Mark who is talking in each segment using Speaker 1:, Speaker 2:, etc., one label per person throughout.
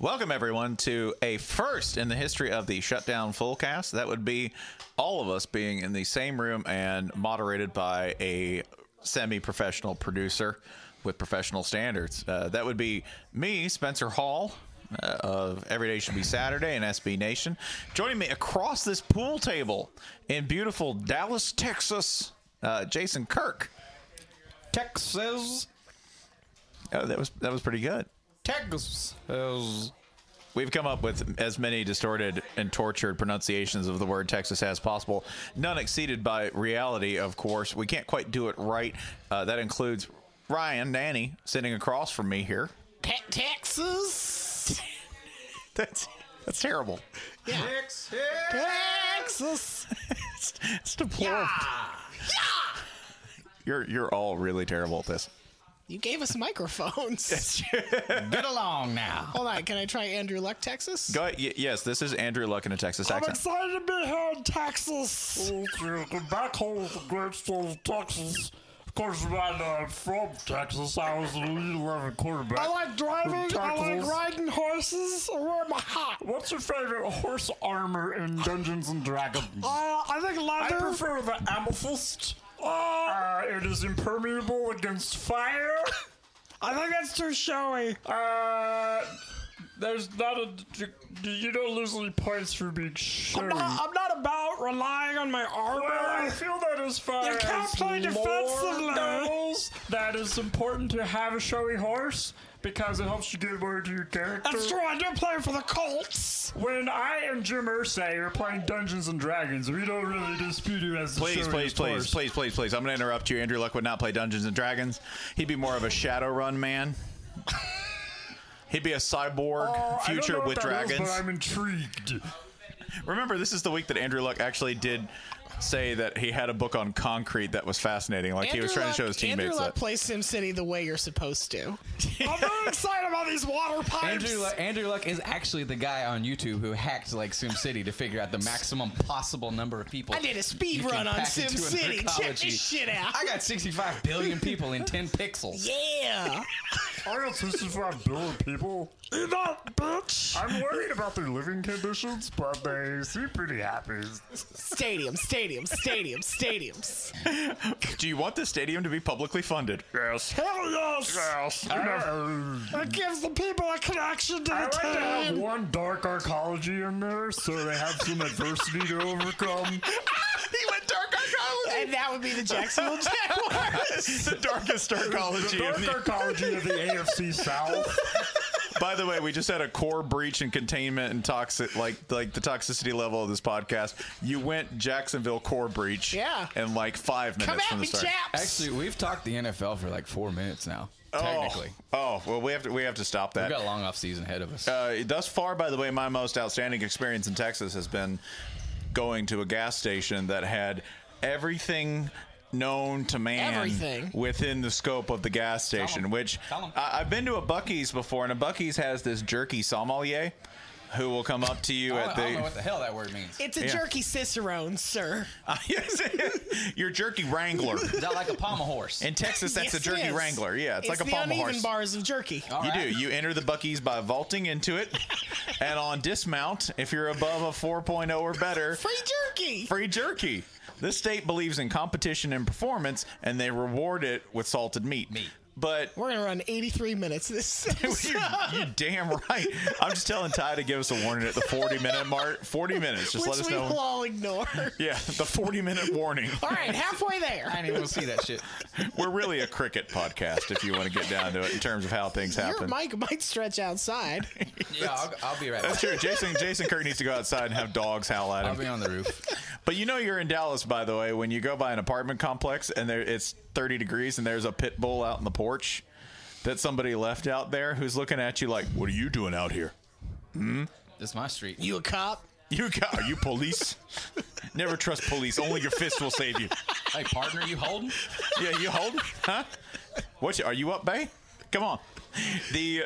Speaker 1: Welcome everyone to a first in the history of the shutdown full cast. That would be all of us being in the same room and moderated by a semi-professional producer with professional standards. Uh, that would be me, Spencer Hall. Uh, of every day should be Saturday and SB Nation. Joining me across this pool table in beautiful Dallas, Texas, uh, Jason Kirk.
Speaker 2: Texas.
Speaker 1: Oh, that was that was pretty good.
Speaker 2: Texas.
Speaker 1: We've come up with as many distorted and tortured pronunciations of the word Texas as possible, none exceeded by reality, of course. We can't quite do it right. Uh, that includes Ryan Nanny sitting across from me here.
Speaker 2: Te- Texas.
Speaker 1: That's that's terrible.
Speaker 2: Texas. Texas.
Speaker 1: It's, it's deplorable. You're you're all really terrible at this.
Speaker 3: You gave us microphones.
Speaker 2: Get along now.
Speaker 3: Hold on, can I try Andrew Luck, Texas?
Speaker 1: Go ahead. Y- yes, this is Andrew Luck in a Texas accent.
Speaker 2: excited to be here in Texas. back home from great state of Texas. Of course, right now I'm from Texas. I was an Elite 11 quarterback.
Speaker 3: I like driving. I like riding horses. I wear my hat.
Speaker 2: What's your favorite horse armor in Dungeons and Dragons?
Speaker 3: Uh, I like leather.
Speaker 2: the amethyst. Uh, it is impermeable against fire.
Speaker 3: I think that's too showy.
Speaker 2: Uh, there's not a. d- You don't lose any points for being
Speaker 3: I'm
Speaker 2: showy.
Speaker 3: not, I'm not about relying on my
Speaker 2: Well, I
Speaker 3: armor.
Speaker 2: feel that as far
Speaker 3: You can't
Speaker 2: as
Speaker 3: play defensively.
Speaker 2: lore goes, that is important to have a showy horse because it helps you get more into your character.
Speaker 3: That's true. I do play for the Colts.
Speaker 2: When I and Jim Irsay are playing Dungeons and Dragons, we don't really dispute who has the
Speaker 1: Please, please,
Speaker 2: showiest
Speaker 1: please,
Speaker 2: horse.
Speaker 1: please, please, please. I'm going to interrupt you. Andrew Luck would not play Dungeons and Dragons. He'd be more of a Shadowrun man. He'd be a cyborg
Speaker 2: Uh, I don't know
Speaker 1: future
Speaker 2: what
Speaker 1: with
Speaker 2: that is,
Speaker 1: dragons.
Speaker 2: but I'm intrigued.
Speaker 1: Remember, this is the week that Andrew Luck actually did say that he had a book on concrete that was fascinating. Like he was trying
Speaker 3: Luck,
Speaker 1: to show his
Speaker 3: Andrew
Speaker 1: teammates
Speaker 3: Luck
Speaker 1: that.
Speaker 3: plays SimCity the way you're supposed to. I'm very excited about these water pipes.
Speaker 4: Andrew, Luck, Andrew Luck is actually the guy on YouTube who hacked like SimCity to figure out the maximum possible number of people.
Speaker 3: I did a speed
Speaker 4: you can
Speaker 3: run on
Speaker 4: pack into an
Speaker 3: SimCity. Check
Speaker 4: arcology.
Speaker 3: this shit out.
Speaker 4: I got 65 billion people in 10 pixels.
Speaker 3: yeah.
Speaker 2: I got 65 billion people.
Speaker 3: Eat that, bitch.
Speaker 2: I'm worried about their living conditions, but they seem pretty happy.
Speaker 3: Stadium, stadium, stadium, stadiums.
Speaker 1: Do you want this stadium to be publicly funded?
Speaker 2: Yes.
Speaker 3: Hell yes.
Speaker 2: Yes. You know,
Speaker 3: It gives the people a connection to
Speaker 2: I like to
Speaker 3: the
Speaker 2: have
Speaker 3: team.
Speaker 2: one dark arcology in there, so they have some adversity to overcome.
Speaker 1: he went dark arcology.
Speaker 3: And that would be the Jacksonville Jaguars.
Speaker 1: the darkest
Speaker 2: The
Speaker 1: arcology.
Speaker 2: dark
Speaker 1: in the-
Speaker 2: arcology of the AFC South.
Speaker 5: By the way, we just had a core breach in containment and toxic, like like the toxicity level of this podcast. You went Jacksonville core breach,
Speaker 3: Yeah.
Speaker 5: in like five minutes
Speaker 3: Come at
Speaker 5: from the
Speaker 3: me,
Speaker 5: start.
Speaker 3: chaps.
Speaker 1: Actually, we've talked the NFL for like four minutes now. Technically,
Speaker 5: Oh, oh, well, we have to we have to stop that.
Speaker 1: we've got a long off season ahead of us.
Speaker 5: Uh, thus far, by the way, my most outstanding experience in Texas has been going to a gas station that had everything known to man
Speaker 3: Everything.
Speaker 5: within the scope of the gas station. Which
Speaker 1: Tell 'em.
Speaker 5: I, I've been to a Bucky's before, and a Bucky's has this jerky sommelier who will come up to you
Speaker 1: I,
Speaker 5: at
Speaker 1: don't, I don't know
Speaker 5: the.
Speaker 1: what the hell that word means.
Speaker 3: It's a
Speaker 5: Yeah.
Speaker 3: jerky cicerone, sir.
Speaker 5: Yes, your jerky wrangler.
Speaker 1: Is that like a pommel horse?
Speaker 5: In Texas, that's
Speaker 3: Yes,
Speaker 5: a
Speaker 3: it
Speaker 5: jerky
Speaker 3: is.
Speaker 5: wrangler. Yeah, it's, like a
Speaker 3: the
Speaker 5: pommel
Speaker 3: uneven
Speaker 5: horse.
Speaker 3: bars of jerky.
Speaker 1: All
Speaker 5: you
Speaker 1: right.
Speaker 5: do. You enter the Bucky's by vaulting into it, and on dismount, if you're above a 4.0 or better,
Speaker 3: Free jerky.
Speaker 5: free jerky. This state believes in competition and performance, and they reward it with salted meat. Meat. But
Speaker 3: We're gonna run 83 minutes this. uh, episode.
Speaker 5: you you damn right. I'm just telling Ty to give us a warning at the 40 minute mark. 40 minutes. Just
Speaker 3: Which
Speaker 5: let us
Speaker 3: we
Speaker 5: know.
Speaker 3: will all ignore.
Speaker 5: yeah, the 40 minute warning.
Speaker 3: All right, halfway there.
Speaker 1: I didn't even see that shit.
Speaker 5: We're really a cricket podcast if you want to get down to it in terms of how things
Speaker 3: Your
Speaker 5: happen.
Speaker 3: mic might stretch outside.
Speaker 1: Yeah, I'll, I'll be right
Speaker 5: That's
Speaker 1: back.
Speaker 5: true. Jason Jason Kirk needs to go outside and have dogs howl at him.
Speaker 1: I'll be on the roof.
Speaker 5: But you know you're in Dallas, by the way, when you go by an apartment complex and there it's 30 degrees and there's a pit bull out in the porch that somebody left out there who's looking at you like, "What are you doing out here? Hmm?
Speaker 1: It's my street.
Speaker 3: You a cop?
Speaker 5: You got, are you police? Never trust police. Only your fist will save you.
Speaker 1: Hey, partner, you holding?
Speaker 5: Yeah, you holding? Huh? What? you- Are you up, Bay? Come on. The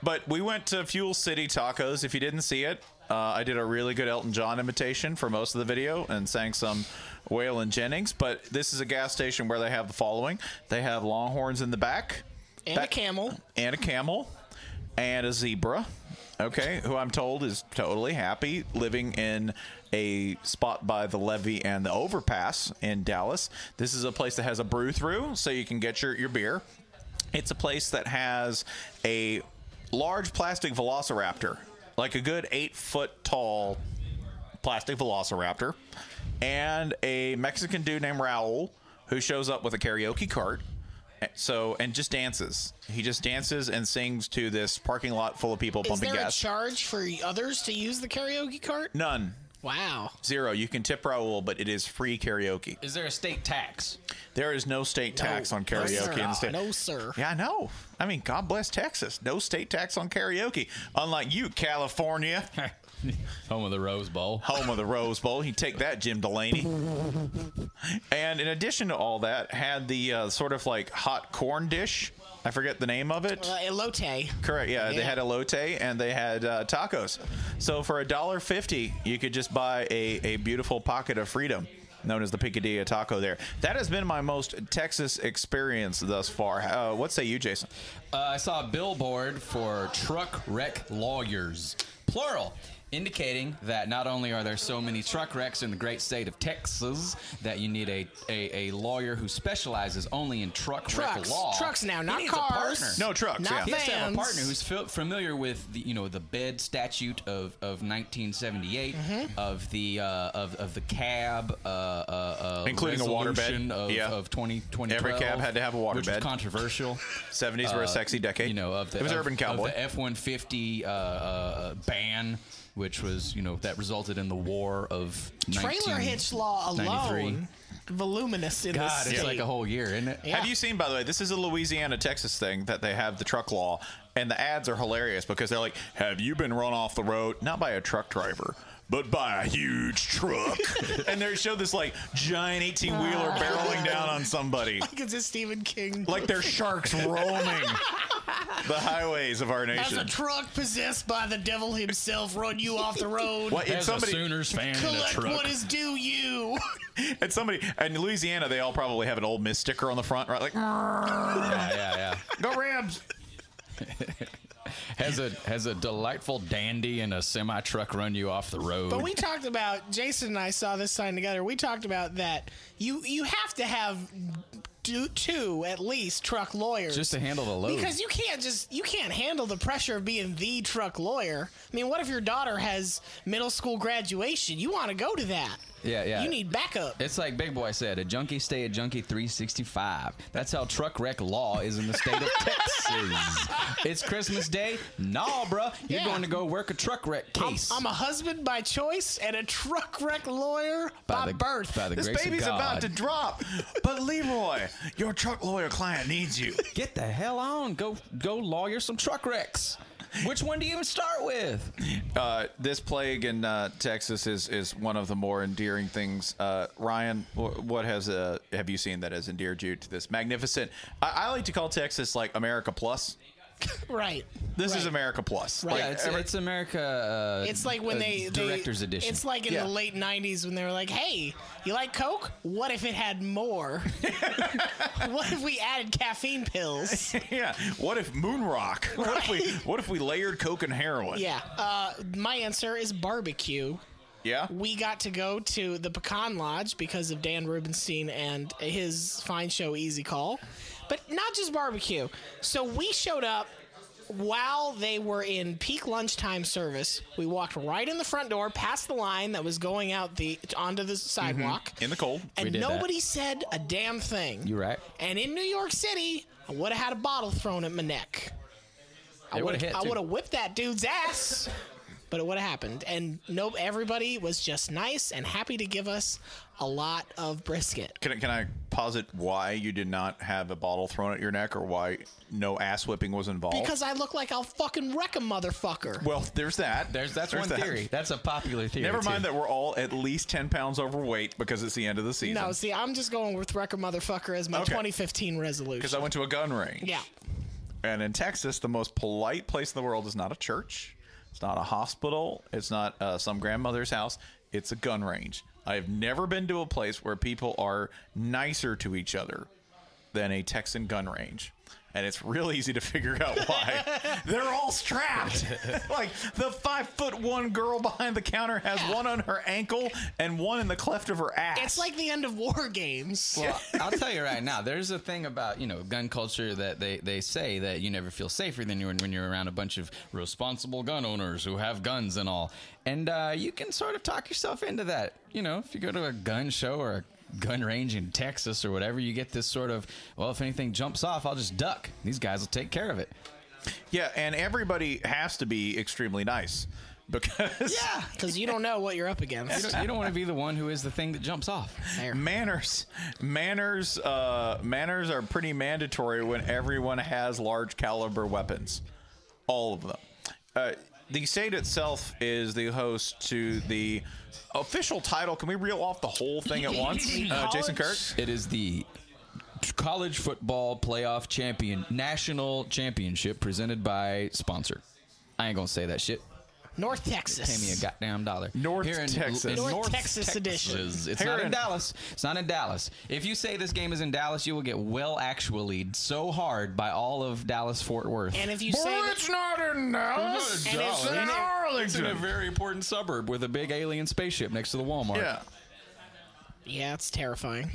Speaker 5: but we went to Fuel City Tacos. If you didn't see it, uh, I did a really good Elton John imitation for most of the video and sang some Waylon Jennings. But this is a gas station where they have the following: they have Longhorns in the back,
Speaker 3: And a
Speaker 5: That-
Speaker 3: camel.
Speaker 5: and a camel, and a zebra. Okay, who I'm told is totally happy living in a spot by the levee and the overpass in Dallas. This is a place that has a brew through, so you can get your, your beer. It's a place that has a large plastic velociraptor, like a good eight foot tall plastic velociraptor, and a Mexican dude named Raul who shows up with a karaoke cart. So and just dances. He just dances and sings to this parking lot full of people
Speaker 3: Is
Speaker 5: pumping
Speaker 3: there
Speaker 5: gas.
Speaker 3: a charge for others to use the karaoke cart?
Speaker 5: None.
Speaker 3: Wow.
Speaker 5: Zero. You can tip Raul, but it is free karaoke.
Speaker 1: Is there a state tax?
Speaker 5: There is no state tax on
Speaker 3: no,
Speaker 5: karaoke
Speaker 3: Oh, sir.
Speaker 5: in the state.
Speaker 3: No, sir.
Speaker 5: Yeah, I know. I mean, God bless Texas. No state tax on karaoke. Unlike you, California,
Speaker 1: Home of the Rose Bowl.
Speaker 5: home of the Rose Bowl. You take that, Jim Delaney. And in addition to all that, had the uh, sort of like hot corn dish. I forget the name of it.
Speaker 3: Uh, elote.
Speaker 5: Correct. Yeah, they
Speaker 3: Yeah.
Speaker 5: had elote and they had uh, tacos. So for a dollar fifty, you could just buy a, a beautiful pocket of freedom, known as the picadilla taco. There, that has been my most Texas experience thus far. Uh, what say you, Jason?
Speaker 1: Uh, I saw a billboard for truck wreck lawyers, plural, indicating that not only are there so many truck wrecks in the great state of Texas that you need a, a, a lawyer who specializes only in truck wreck
Speaker 3: Trucks.
Speaker 1: law.
Speaker 3: Trucks now,
Speaker 1: He
Speaker 3: not
Speaker 1: needs a
Speaker 3: cars.
Speaker 1: partner.
Speaker 5: No trucks.
Speaker 3: Not
Speaker 5: yeah.
Speaker 1: He has to have a
Speaker 3: Vans.
Speaker 1: partner who's fil- familiar with the you know the bed statute of, of 1978 of the uh, of, of the cab uh, uh, uh,
Speaker 5: Including a water bed.
Speaker 1: resolution of,
Speaker 5: Yeah.
Speaker 1: of 20, 2012,
Speaker 5: Every cab had to have a water
Speaker 1: which was
Speaker 5: bed.
Speaker 1: controversial
Speaker 5: 70s were a
Speaker 1: uh,
Speaker 5: sexy decade.
Speaker 1: You know, of the
Speaker 5: it was
Speaker 1: of-
Speaker 5: urban
Speaker 1: of
Speaker 5: cowboy.
Speaker 1: the F one fifty ban, which was you know that resulted in the war of
Speaker 3: Trailer
Speaker 1: 1993.
Speaker 3: hitch law alone. Voluminous in
Speaker 1: God,
Speaker 3: this state.
Speaker 1: it's like a whole year, isn't it?
Speaker 3: Yeah.
Speaker 5: Have you seen, by the way, this is a Louisiana Texas thing that they have the truck law, and the ads are hilarious because they're like, Have you been run off the road? Not by a truck driver. But by a huge truck, and they show this like giant eighteen wheeler
Speaker 1: Ah.
Speaker 5: barreling down on somebody,
Speaker 3: Like it's a Stephen King.
Speaker 5: like they're sharks roaming the highways of our
Speaker 3: as a
Speaker 5: nation.
Speaker 3: truck possessed by the devil himself run you off the road.
Speaker 5: What and
Speaker 1: As
Speaker 5: somebody
Speaker 1: a Sooners fan in a
Speaker 3: Collect
Speaker 1: truck.
Speaker 3: what is due you.
Speaker 5: and somebody and Louisiana, they all probably have an old Miss sticker on the front, right? Like
Speaker 1: Ah. yeah, yeah, yeah.
Speaker 5: go Rams.
Speaker 1: Has a has a delightful dandy and a semi truck run you off the road.
Speaker 3: But we talked about Jason and I saw this sign together. We talked about that you you have to have do, two at least truck lawyers
Speaker 1: just to handle the load.
Speaker 3: because you can't just you can't handle the pressure of being the truck lawyer. I mean, what if your daughter has middle school graduation? You want to go to that.
Speaker 1: Yeah, yeah.
Speaker 3: You need backup.
Speaker 1: It's like Big Boy said, a junkie stay a junkie 365. That's how truck wreck law is in the state of Texas. It's Christmas Day. Nah, bruh. You're
Speaker 3: Yeah.
Speaker 1: going to go work a truck wreck case.
Speaker 3: I'm a husband by choice and a truck wreck lawyer by,
Speaker 1: the-
Speaker 3: birth.
Speaker 1: by the This grace of baby's about God. to
Speaker 5: drop. But Leroy, your truck lawyer client needs you.
Speaker 1: Get the hell on. Go go lawyer some truck wrecks. Which one do you even start with?
Speaker 5: Uh, this plague in uh, Texas is is one of the more endearing things. Uh, Ryan, wh- what has uh, have you seen that has endeared you to this magnificent? I, I like to call Texas like America Plus.
Speaker 3: Right.
Speaker 5: This
Speaker 3: right.
Speaker 5: is America Plus.
Speaker 1: Yeah, it's,
Speaker 5: every-
Speaker 1: it's America. Uh,
Speaker 3: It's like when
Speaker 1: uh,
Speaker 3: they they-
Speaker 1: director's edition.
Speaker 3: It's like in
Speaker 5: Yeah.
Speaker 3: the late '90s when they were like, "Hey, you like Coke? What if it had more? what if we added caffeine pills?"
Speaker 5: yeah. What if Moon Rock? What if we what if we layered coke and heroin?
Speaker 3: yeah. Uh, my answer is barbecue.
Speaker 5: Yeah.
Speaker 3: We got to go to the Pecan Lodge because of Dan Rubenstein and his fine show Easy Call, but not just barbecue. So we showed up while they were in peak lunchtime service. We walked right in the front door, past the line that was going out the onto the sidewalk,
Speaker 5: Mm-hmm. In the cold.
Speaker 3: and nobody said a damn thing.
Speaker 1: You right?
Speaker 3: And in New York City, I would have had a bottle thrown at my neck. I
Speaker 1: It
Speaker 3: would
Speaker 1: would've hit,
Speaker 3: have I
Speaker 1: too.
Speaker 3: would have whipped that dude's ass. But it would have happened. And nope, everybody was just nice and happy to give us a lot of brisket.
Speaker 5: Can I, can I posit why you did not have a bottle thrown at your neck or why no ass whipping was involved?
Speaker 3: Because I look like I'll fucking wreck a motherfucker.
Speaker 5: well, there's that.
Speaker 1: There's that's one
Speaker 5: There's that.
Speaker 1: theory. That's a popular theory.
Speaker 5: Never mind
Speaker 1: too.
Speaker 5: that we're all at least 10 pounds overweight because it's the end of the season.
Speaker 3: No, see, I'm just going with wreck a motherfucker as my
Speaker 5: Okay.
Speaker 3: 2015 resolution.
Speaker 5: Because I went to a gun range.
Speaker 3: Yeah.
Speaker 5: And in Texas, the most polite place in the world is not a church, it's not a hospital, it's not uh, some grandmother's house, it's a gun range. I have never been to a place where people are nicer to each other than a Texan gun range. And it's real easy to figure out why. They're all strapped. like the five foot one girl behind the counter has one on her ankle and one in the cleft of her ass.
Speaker 3: It's like the end of war games.
Speaker 1: Well, I'll tell you right now. There's a thing about you know gun culture that they, they say that you never feel safer than you when you're around a bunch of responsible gun owners who have guns and all. And uh, you can sort of talk yourself into that. You know, if you go to a gun show or a gun range in Texas or whatever, you get this sort of well, if anything jumps off, I'll just duck. These guys will take care of it.
Speaker 5: Yeah, and everybody has to be extremely nice because
Speaker 1: Yeah.
Speaker 3: Because you don't know what you're up
Speaker 1: You
Speaker 3: against.
Speaker 1: don't, you don't want to be the one who is the thing that jumps off.
Speaker 5: manners manners uh, manners are pretty mandatory when everyone has large caliber weapons, all of them. Uh, the state itself is the host to the official title. Can we reel off the whole thing at once, uh, Jason Kirk?
Speaker 1: It is the college football playoff champion national championship presented by sponsor. I ain't gonna say that shit.
Speaker 3: North
Speaker 1: Pay me a
Speaker 3: Texas.
Speaker 1: goddamn dollar.
Speaker 5: North Texas.
Speaker 3: North Texas edition.
Speaker 1: It's
Speaker 5: Here
Speaker 1: not in,
Speaker 5: in-
Speaker 1: Dallas. It's not in Dallas. If you say this game is in Dallas, you will get well actually so hard by all of Dallas Fort Worth.
Speaker 3: And if you say that-
Speaker 5: not in
Speaker 3: Dallas. And it's in
Speaker 1: it's in a very important suburb with a big alien spaceship next to the Walmart.
Speaker 5: Yeah.
Speaker 3: yeah, it's terrifying.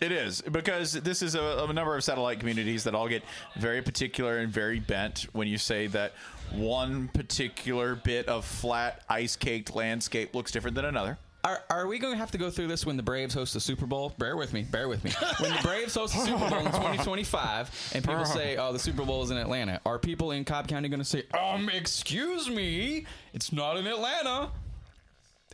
Speaker 5: It is because this is a, a number of satellite communities that all get very particular and very bent when you say that one particular bit of flat, ice caked landscape looks different than another.
Speaker 1: Are, are we going to have to go through this when the Braves host the Super Bowl? Bear with me. Bear with me. When the Braves host the Super Bowl in 2025 and people say, oh, the Super Bowl is in Atlanta, are people in Cobb County going to say, um, excuse me, it's not in Atlanta?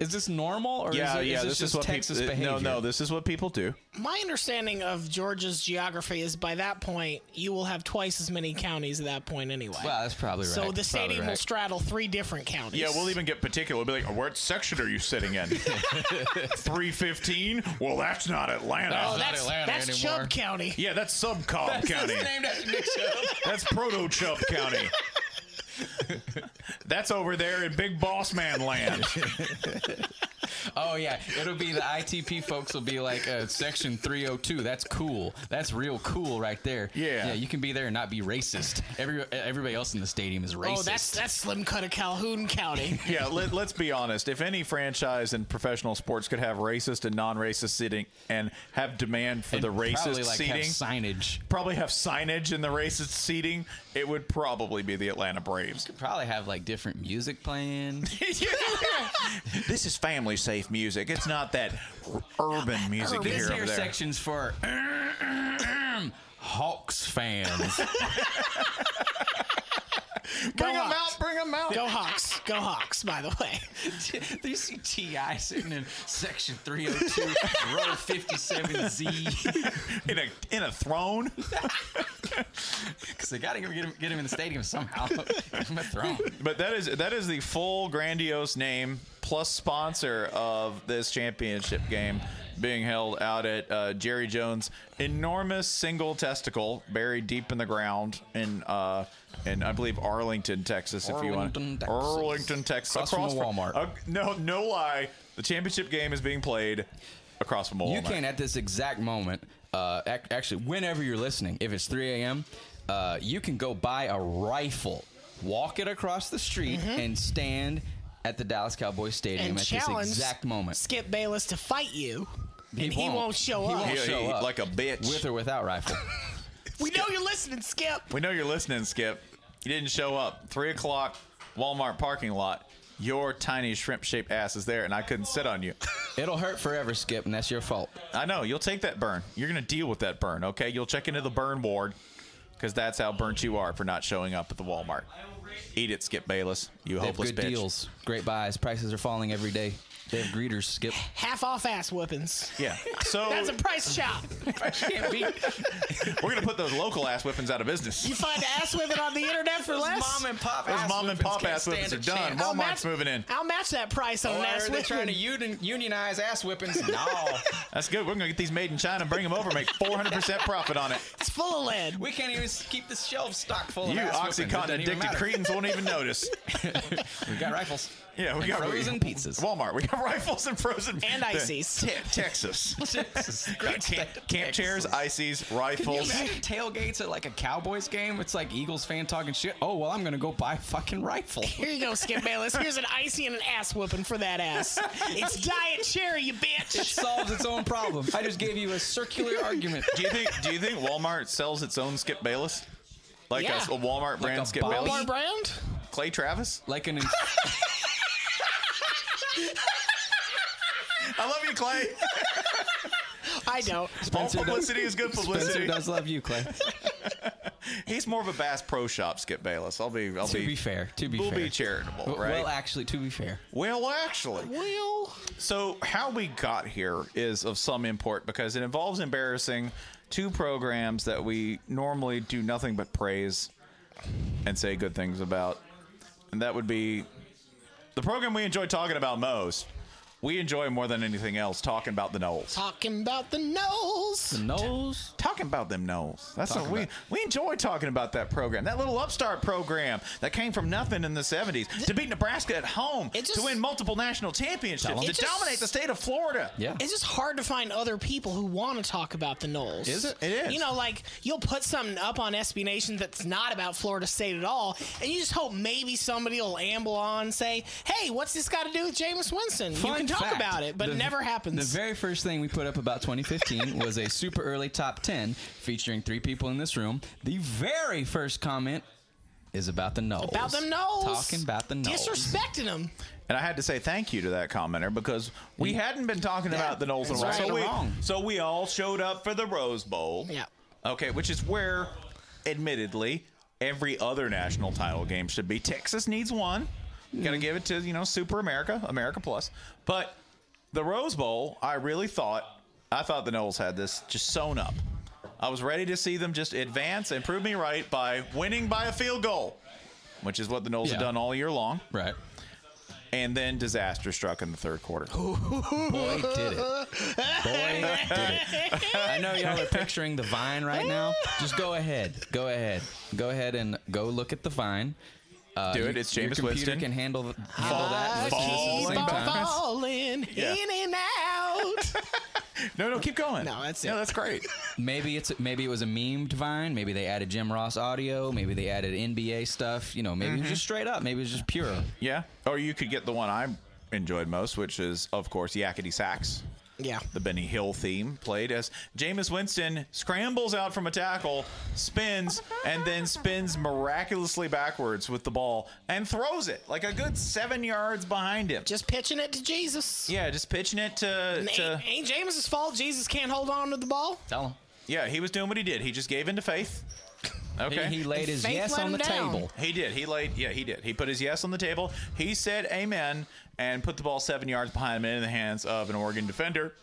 Speaker 1: Is this normal or is, it, this, just Texas
Speaker 5: people.
Speaker 1: behavior?
Speaker 5: No, no, this is what people do.
Speaker 3: My understanding of Georgia's geography is by that point, you will have twice as many counties at that point anyway.
Speaker 1: Well, that's probably right.
Speaker 3: so the
Speaker 1: That's probably
Speaker 3: stadium will
Speaker 1: right.
Speaker 3: straddle three different counties.
Speaker 5: Yeah, we'll even get particular. We'll be like, "What section are you sitting in? Three fifteen? Well, that's not Atlanta.
Speaker 3: Oh,
Speaker 1: It's not
Speaker 3: that's
Speaker 1: Atlanta
Speaker 3: that's
Speaker 1: anymore.
Speaker 3: Chubb County.
Speaker 5: yeah, that's Sub Cobb County.
Speaker 1: named after Nick Chubb.
Speaker 5: That's Proto Chubb County. That's over there in Big Boss Man Land.
Speaker 1: Oh yeah, it'll be the ITP folks will be like uh, section 302. That's cool. That's real cool right there.
Speaker 5: Yeah.
Speaker 1: yeah. You can be there and not be racist. Every everybody else in the stadium is racist.
Speaker 3: Oh, that's that's Slim Cut of Calhoun County.
Speaker 5: Yeah, let, let's be honest. If any franchise in professional sports could have racist and non-racist seating and have demand for
Speaker 1: And
Speaker 5: the
Speaker 1: probably,
Speaker 5: racist
Speaker 1: like, have
Speaker 5: seating,
Speaker 1: signage.
Speaker 5: probably have signage in the racist seating, it would probably be the Atlanta Braves.
Speaker 1: Probably have like different music playing.
Speaker 5: this is family safe music. It's not that urban music you
Speaker 1: This
Speaker 5: hear
Speaker 1: here
Speaker 5: over there.
Speaker 1: section's for Hawks fans.
Speaker 3: Bring
Speaker 1: them
Speaker 3: out, bring them out. Go Hawks. Go Hawks, by the way.
Speaker 1: Do you see T.I. sitting in section 302, row 57Z?
Speaker 5: In a, in a throne?
Speaker 1: Because they got to get him, get him in the stadium somehow. Give him a throne.
Speaker 5: But that is that is the full grandiose name plus sponsor of this championship game being held out at uh, Jerry Jones' enormous single testicle buried deep in the ground in uh, in I believe Arlington, Texas. if you want
Speaker 1: Arlington, Texas.
Speaker 5: Arlington, Texas,
Speaker 1: Across from a Walmart.
Speaker 5: uh, no, no lie. The championship game is being played across from a Walmart.
Speaker 1: You can at this exact moment, uh, ac- actually, whenever you're listening, if it's 3 a.m., uh, you can go buy a rifle, walk it across the street,
Speaker 5: Mm-hmm.
Speaker 1: and stand at the Dallas Cowboys Stadium
Speaker 3: And
Speaker 1: at this
Speaker 3: challenge
Speaker 1: exact moment.
Speaker 3: Skip Bayless to fight you, and he won't, show
Speaker 1: He
Speaker 3: up.
Speaker 1: won't show
Speaker 5: he-
Speaker 1: up.
Speaker 5: like a bitch.
Speaker 1: with or without rifle.
Speaker 3: we know you're listening, Skip.
Speaker 5: We know you're listening, Skip. You didn't show up. Three o'clock, Walmart parking lot. Your tiny shrimp-shaped ass is there, and I couldn't sit on you.
Speaker 1: It'll hurt forever, Skip, and that's your fault.
Speaker 5: I know. You'll take that burn. You're gonna deal with that burn, okay? You'll check into the burn ward, because that's how burnt you are for not showing up at the Walmart. Eat it, Skip Bayless. You
Speaker 1: They have
Speaker 5: hopeless
Speaker 1: good
Speaker 5: bitch.
Speaker 1: deals, great buys. Prices are falling every day. They have greeters, Skip.
Speaker 3: Half off ass whoopings.
Speaker 5: Yeah. So
Speaker 3: That's a price chop.
Speaker 1: Can't beat.
Speaker 5: we're gonna put those local ass whippings out of business.
Speaker 3: You find ass whipping on the internet for less.
Speaker 1: Mom and pop.
Speaker 5: Those
Speaker 1: ass
Speaker 5: mom and
Speaker 1: whippings
Speaker 5: pop
Speaker 1: can't
Speaker 5: ass whippings
Speaker 1: stand
Speaker 5: are
Speaker 1: a
Speaker 5: done.
Speaker 1: chance. Oh,
Speaker 3: I'll
Speaker 5: Walmart's
Speaker 3: match-
Speaker 5: moving in.
Speaker 3: I'll match that price on
Speaker 1: Or
Speaker 3: an ass
Speaker 1: are they
Speaker 3: whipping.
Speaker 1: trying to uni- unionize ass whippings? No.
Speaker 5: That's good. We're gonna get these made in China, bring them over, make 400% profit on it.
Speaker 3: it's full of lead.
Speaker 1: We can't even keep the shelves stocked full
Speaker 5: You
Speaker 1: of ass whippings. It
Speaker 5: OxyContin
Speaker 1: doesn't even
Speaker 5: addicted
Speaker 1: matter.
Speaker 5: cretins won't even notice.
Speaker 1: We got rifles.
Speaker 5: Yeah, we
Speaker 1: And
Speaker 5: got
Speaker 1: frozen
Speaker 5: we-
Speaker 1: pizzas.
Speaker 5: Walmart, we got rifles and frozen
Speaker 3: And
Speaker 5: the-
Speaker 3: ices.
Speaker 5: Te- Texas.
Speaker 1: Texas.
Speaker 5: Camp, camp chairs, ices,
Speaker 1: Can you
Speaker 5: rifles.
Speaker 1: imagine tailgates at like a Cowboys game? It's like Eagles fan talking shit. Oh well, I'm gonna go buy a fucking rifle.
Speaker 3: Here you go, Skip Bayless. Here's an icy and an ass whooping for that ass. It's diet cherry, you
Speaker 1: It
Speaker 3: bitch.
Speaker 1: solves its own problem. I just gave you a circular argument.
Speaker 5: Do you think do you think Walmart sells its own Skip Bayless? Like
Speaker 3: Yeah.
Speaker 5: a, a Walmart brand
Speaker 1: a
Speaker 5: Skip
Speaker 1: Bobby?
Speaker 5: Bayless?
Speaker 3: Walmart brand?
Speaker 5: Clay Travis?
Speaker 1: Like an.
Speaker 5: I love you, Clay.
Speaker 3: I don't.
Speaker 5: All
Speaker 1: does-
Speaker 5: publicity is good
Speaker 1: Spencer
Speaker 5: publicity.
Speaker 1: does love you, Clay.
Speaker 5: He's more of a Bass Pro Shop Skip Bayless. I'll be I'll
Speaker 1: to be,
Speaker 5: be,
Speaker 1: fair, to be
Speaker 5: We'll
Speaker 1: fair,
Speaker 5: be charitable,
Speaker 1: Well-
Speaker 5: right?
Speaker 1: Well, actually, to be fair,
Speaker 5: Well, actually.
Speaker 3: Well,
Speaker 5: So, how we got here is of some import because it involves embarrassing two programs that we normally do nothing but praise and say good things about. And that would be the program we enjoy talking about most. We enjoy more than anything else talking about the Knowles.
Speaker 3: talking about the nose.
Speaker 1: nose.
Speaker 5: Talking about them Knowles. That's what we we enjoy talking about that program. That little upstart program that came from nothing in the 70s to beat Nebraska at home,
Speaker 3: It
Speaker 5: to
Speaker 3: just-
Speaker 5: win multiple national
Speaker 1: Tell 'em.
Speaker 5: championships, to
Speaker 3: It just-
Speaker 5: dominate the state of Florida.
Speaker 1: Yeah.
Speaker 3: It's just hard to find other people who want to talk about the Knowles.
Speaker 5: Is it? It is.
Speaker 3: You know, like you'll put something up on SB Nation that's not about Florida State at all, and you just hope maybe somebody will amble on and say, "Hey, what's this got to do with Jameis Winston?" you
Speaker 1: Fun
Speaker 3: can talk
Speaker 1: fact,
Speaker 3: about it, but
Speaker 1: the-
Speaker 3: it never
Speaker 1: The
Speaker 3: happens.
Speaker 1: very first thing we put up about 2015 was a super early top 10 featuring three people in this room. The very first comment is about the Knowles.
Speaker 3: about the Knowles.
Speaker 1: Talking about the Knowles.
Speaker 3: Disrespecting them.
Speaker 5: And I had to say thank you to that commenter because we hadn't been talking about the Knowles in a while.
Speaker 1: that's
Speaker 5: So
Speaker 1: right.
Speaker 5: we,
Speaker 1: Wrong.
Speaker 5: so we all showed up for the Rose Bowl.
Speaker 3: Yeah.
Speaker 5: Okay, which is where, admittedly, every other national title game should be. Texas needs one.
Speaker 1: Mm-hmm.
Speaker 5: Gotta give it to, you know, Super America, America Plus. But the Rose Bowl, I really thought, I thought the Knowles had this just sewn up. I was ready to see them just advance and prove me right by winning by a field goal, which is what the Knowles have
Speaker 1: Yeah.
Speaker 5: done all year long
Speaker 1: Right.
Speaker 5: and then disaster struck in the third quarter.
Speaker 1: Oh, Boy, did it. Boy, did it. I know y'all are picturing the vine right now. Just go ahead. Go ahead. Go ahead and go look at the vine. Uh,
Speaker 5: Do
Speaker 1: you-
Speaker 5: it. It's
Speaker 1: your
Speaker 5: Jameis
Speaker 1: computer
Speaker 5: Winston.
Speaker 1: can handle, handle that. Listen to this at the
Speaker 5: Fall
Speaker 1: same
Speaker 3: Keep on
Speaker 1: time.
Speaker 3: falling
Speaker 5: Yeah.
Speaker 3: in and out.
Speaker 5: No, no, keep going.
Speaker 3: No, that's
Speaker 5: No,
Speaker 3: it.
Speaker 5: that's great.
Speaker 1: Maybe it's maybe it was a memed Vine. Maybe they added Jim Ross audio. Maybe they added NBA stuff. You know, maybe it was just straight up. Maybe it was just pure.
Speaker 5: yeah. Or you could get the one I enjoyed most, which is, of course, Yakety Sax.
Speaker 3: Yeah.
Speaker 5: The Benny Hill theme played as Jameis Winston scrambles out from a tackle, spins, and then spins miraculously backwards with the ball and throws it like a good seven yards behind him.
Speaker 3: Just pitching it to Jesus.
Speaker 5: Yeah, just pitching it to.
Speaker 3: And
Speaker 5: to
Speaker 3: ain't, ain't Jameis' fault. Jesus can't hold on to the ball.
Speaker 5: Tell him. Yeah, he was doing what he did. He just gave in to faith. Okay.
Speaker 6: He- he laid his Faith yes let on him the down. table.
Speaker 5: He did. He laid. Yeah, he did. He put his yes on the table. He said amen and put the ball seven yards behind him and in the hands of an Oregon defender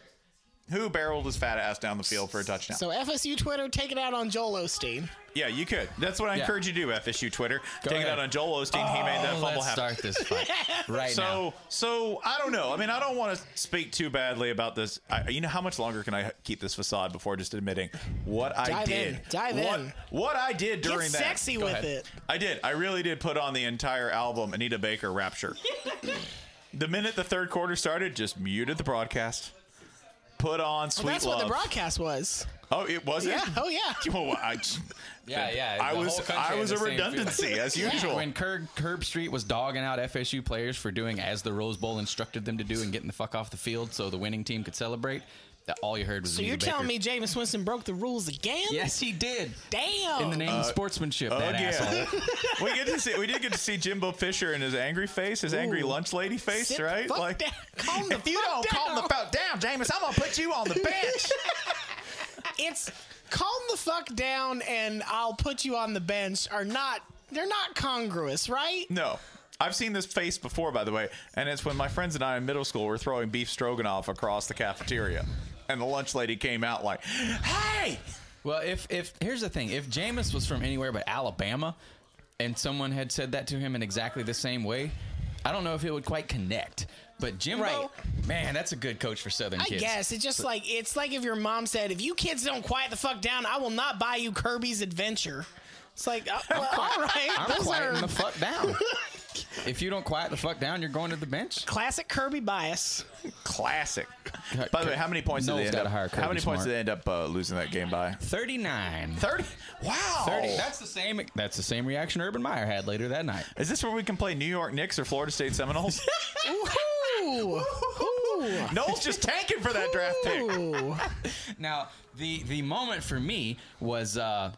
Speaker 5: who barreled his fat ass down the field for a touchdown.
Speaker 3: So FSU Twitter, take it out on Joel Osteen.
Speaker 5: yeah, you could. That's what I
Speaker 3: Yeah.
Speaker 5: encourage you to do, FSU Twitter.
Speaker 6: Go
Speaker 5: Take it
Speaker 6: ahead.
Speaker 5: out on Joel Osteen. he made that
Speaker 6: Oh,
Speaker 5: fumble
Speaker 6: let's
Speaker 5: happen.
Speaker 6: start this fight right
Speaker 5: so,
Speaker 6: now.
Speaker 5: So, I don't know. I mean, I don't want to speak too badly about this. I, you know, how much longer can I keep this facade before just admitting what I
Speaker 3: Dive
Speaker 5: did?
Speaker 3: in. Dive
Speaker 5: what,
Speaker 3: in.
Speaker 5: What I did
Speaker 3: Get
Speaker 5: during that.
Speaker 3: sexy Go with ahead. it.
Speaker 5: I did. I really did put on the entire album Anita Baker Rapture. the minute the third quarter started, just muted the broadcast. Put on Sweet
Speaker 3: Well, that's
Speaker 5: Love.
Speaker 3: what the broadcast was.
Speaker 5: Oh, it was
Speaker 3: Yeah.
Speaker 5: it?
Speaker 3: Oh, yeah.
Speaker 5: Well, I,
Speaker 6: Yeah, yeah.
Speaker 5: I
Speaker 6: the
Speaker 5: was
Speaker 6: whole country
Speaker 5: I
Speaker 6: had
Speaker 5: was
Speaker 6: the
Speaker 5: a
Speaker 6: same feeling.
Speaker 5: redundancy as
Speaker 6: Yeah.
Speaker 5: usual.
Speaker 6: When Curb, Curb Street was dogging out FSU players for doing as the Rose Bowl instructed them to do and getting the fuck off the field so the winning team could celebrate, that all you heard was.
Speaker 3: So you're
Speaker 6: Anita
Speaker 3: telling
Speaker 6: Baker.
Speaker 3: me Jameis Winston broke the rules again?
Speaker 6: Yes, he did.
Speaker 3: Damn.
Speaker 6: In the name of sportsmanship, that asshole.
Speaker 5: Oh, we get to see we did get to see Jimbo Fisher in his angry face, his angry
Speaker 3: Ooh.
Speaker 5: lunch lady face,
Speaker 3: Sit the
Speaker 5: right?
Speaker 3: fuck
Speaker 5: like
Speaker 3: down. Calm the
Speaker 5: if you
Speaker 3: fuck
Speaker 5: don't calm the
Speaker 3: down.
Speaker 5: fuck down, Jameis, I'm gonna put you on the bench.
Speaker 3: it's calm the fuck down and I'll put you on the bench are not they're not congruous, right?
Speaker 5: no. I've seen this face before, by the way, and it's when my friends and I in middle school were throwing beef stroganoff across the cafeteria, and the lunch lady came out like, "Hey,
Speaker 6: Well, if if here's the thing, if Jameis was from anywhere but Alabama, and someone had said that to him in exactly the same way, I don't know if it would quite connect. But Jimbo, man, that's a good coach for Southern
Speaker 3: I
Speaker 6: kids.
Speaker 3: guess it's just
Speaker 6: But-
Speaker 3: like it's like if your mom said, "If you kids don't quiet the fuck down, I will not buy you Kirby's Adventure." It's like, uh, well, all right,
Speaker 6: I'm
Speaker 3: those
Speaker 6: quieting
Speaker 3: are
Speaker 6: the fuck down. if you don't quiet the fuck down, you're going to the bench.
Speaker 3: classic Kirby bias.
Speaker 5: classic." By the way, how many points
Speaker 6: Noel's
Speaker 5: did they end
Speaker 6: gotta
Speaker 5: up?
Speaker 6: hire
Speaker 5: how
Speaker 6: Kirby
Speaker 5: many points
Speaker 6: Smart.
Speaker 5: did they end up uh, losing that game by?
Speaker 6: 39.
Speaker 5: 30? Wow.
Speaker 6: 30. That's the same. That's the same reaction Urban Meyer had later that night.
Speaker 5: Is this where we can play New York Knicks or Florida State Seminoles?
Speaker 3: Ooh, ooh.
Speaker 5: Noel's just tanking for that draft pick.
Speaker 3: Ooh.
Speaker 6: Now, the the moment for me was uh,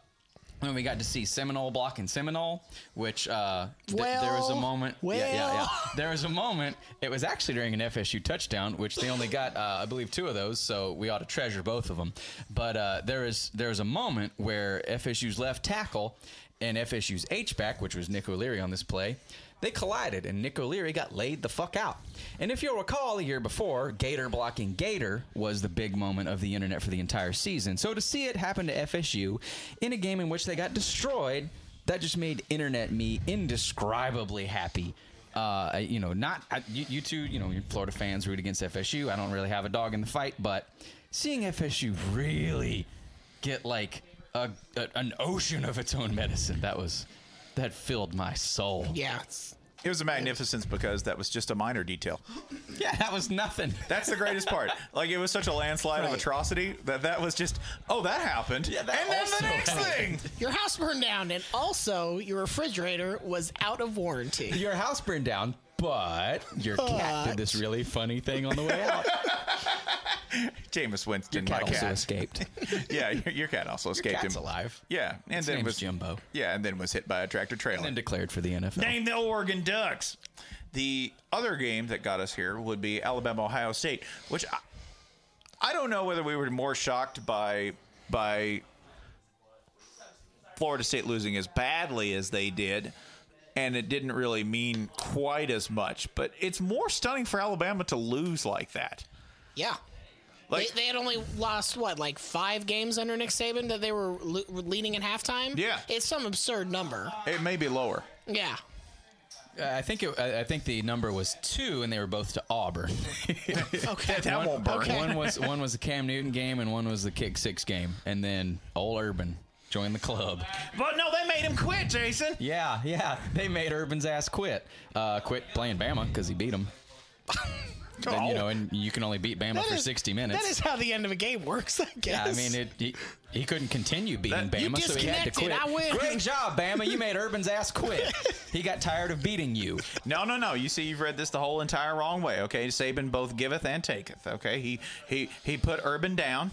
Speaker 6: when we got to see Seminole block and Seminole, which uh, th- there was a
Speaker 3: Well,
Speaker 6: moment. yeah, yeah, yeah.
Speaker 3: well.
Speaker 6: There was a moment. It was actually during an FSU touchdown, which they only got, uh, I believe, two of those. So we ought to treasure both of them. But uh, there is there is a moment where FSU's left tackle and FSU's H back, which was Nick O'Leary on this play. They collided and Nick O'Leary got laid the fuck out. And if you'll recall, a year before, Gator blocking Gator was the big moment of the internet for the entire season. So to see it happen to FSU in a game in which they got destroyed, that just made internet me indescribably happy uh, I- you know, not I, you, you two, you know, your Florida fans root against FSU. I don't really have a dog in the fight, but seeing FSU really get like a, a, an ocean of its own medicine, that was that filled my soul.
Speaker 3: Yeah, it's-
Speaker 5: It was a magnificence because that was just a minor detail.
Speaker 6: Yeah, that was nothing.
Speaker 5: That's the greatest part. Like it was such a landslide of
Speaker 3: Right.
Speaker 5: atrocity that that was just oh that happened. Yeah,
Speaker 6: that
Speaker 5: and then
Speaker 6: also
Speaker 5: the next
Speaker 6: happened.
Speaker 5: thing.
Speaker 3: your house burned down, and also your refrigerator was out of warranty.
Speaker 6: Your house burned down, but your cat did this really funny thing on the way out.
Speaker 5: Jameis Winston,
Speaker 6: Your cat
Speaker 5: my
Speaker 6: also
Speaker 5: cat.
Speaker 6: escaped.
Speaker 5: yeah, your, your cat also escaped
Speaker 6: cat's
Speaker 5: him.
Speaker 6: alive.
Speaker 5: Yeah, and
Speaker 6: His
Speaker 5: then
Speaker 6: name's
Speaker 5: was
Speaker 6: Jimbo.
Speaker 5: Yeah, and then was hit by a tractor trailer.
Speaker 6: And then declared for the NFL.
Speaker 5: Name the Oregon Ducks. The other game that got us here would be Alabama Ohio State, which I, I don't know whether we were more shocked by by Florida State losing as badly as they did. And it didn't really mean quite as much, but it's more stunning for Alabama to lose like that.
Speaker 3: Yeah.
Speaker 5: Like-
Speaker 3: they, they had only lost what, like five games under Nick Saban that they were lo- leading at halftime.
Speaker 5: Yeah.
Speaker 3: it's some absurd number.
Speaker 5: It may be lower.
Speaker 3: Yeah,
Speaker 6: Uh, I think it, I I think the number was two, and they were both to Auburn.
Speaker 3: okay,
Speaker 5: That won't burn.
Speaker 3: Okay.
Speaker 6: one was one was the Cam Newton game, and one was the kick six game, and then Ole Urban joined the club.
Speaker 5: But no, they made him quit, Jason.
Speaker 6: Yeah, yeah, they made Urban's ass quit, uh, quit playing Bama because he beat him.
Speaker 4: Then,
Speaker 1: Oh.
Speaker 4: you know, and you can only beat Bama
Speaker 3: That
Speaker 4: for
Speaker 3: is-
Speaker 4: 60 minutes.
Speaker 3: That is how the end of a game works, I guess.
Speaker 4: Yeah, I mean, it, he, he couldn't continue beating
Speaker 3: You
Speaker 4: Bama, so he had to
Speaker 3: disconnected.
Speaker 4: quit.
Speaker 3: I win.
Speaker 4: Great job, Bama. You made Urban's ass quit. He got tired of beating you.
Speaker 1: No, no, no. You see, you've read this the whole entire wrong way. Okay, Saban both giveth and taketh. Okay, he he he put Urban down.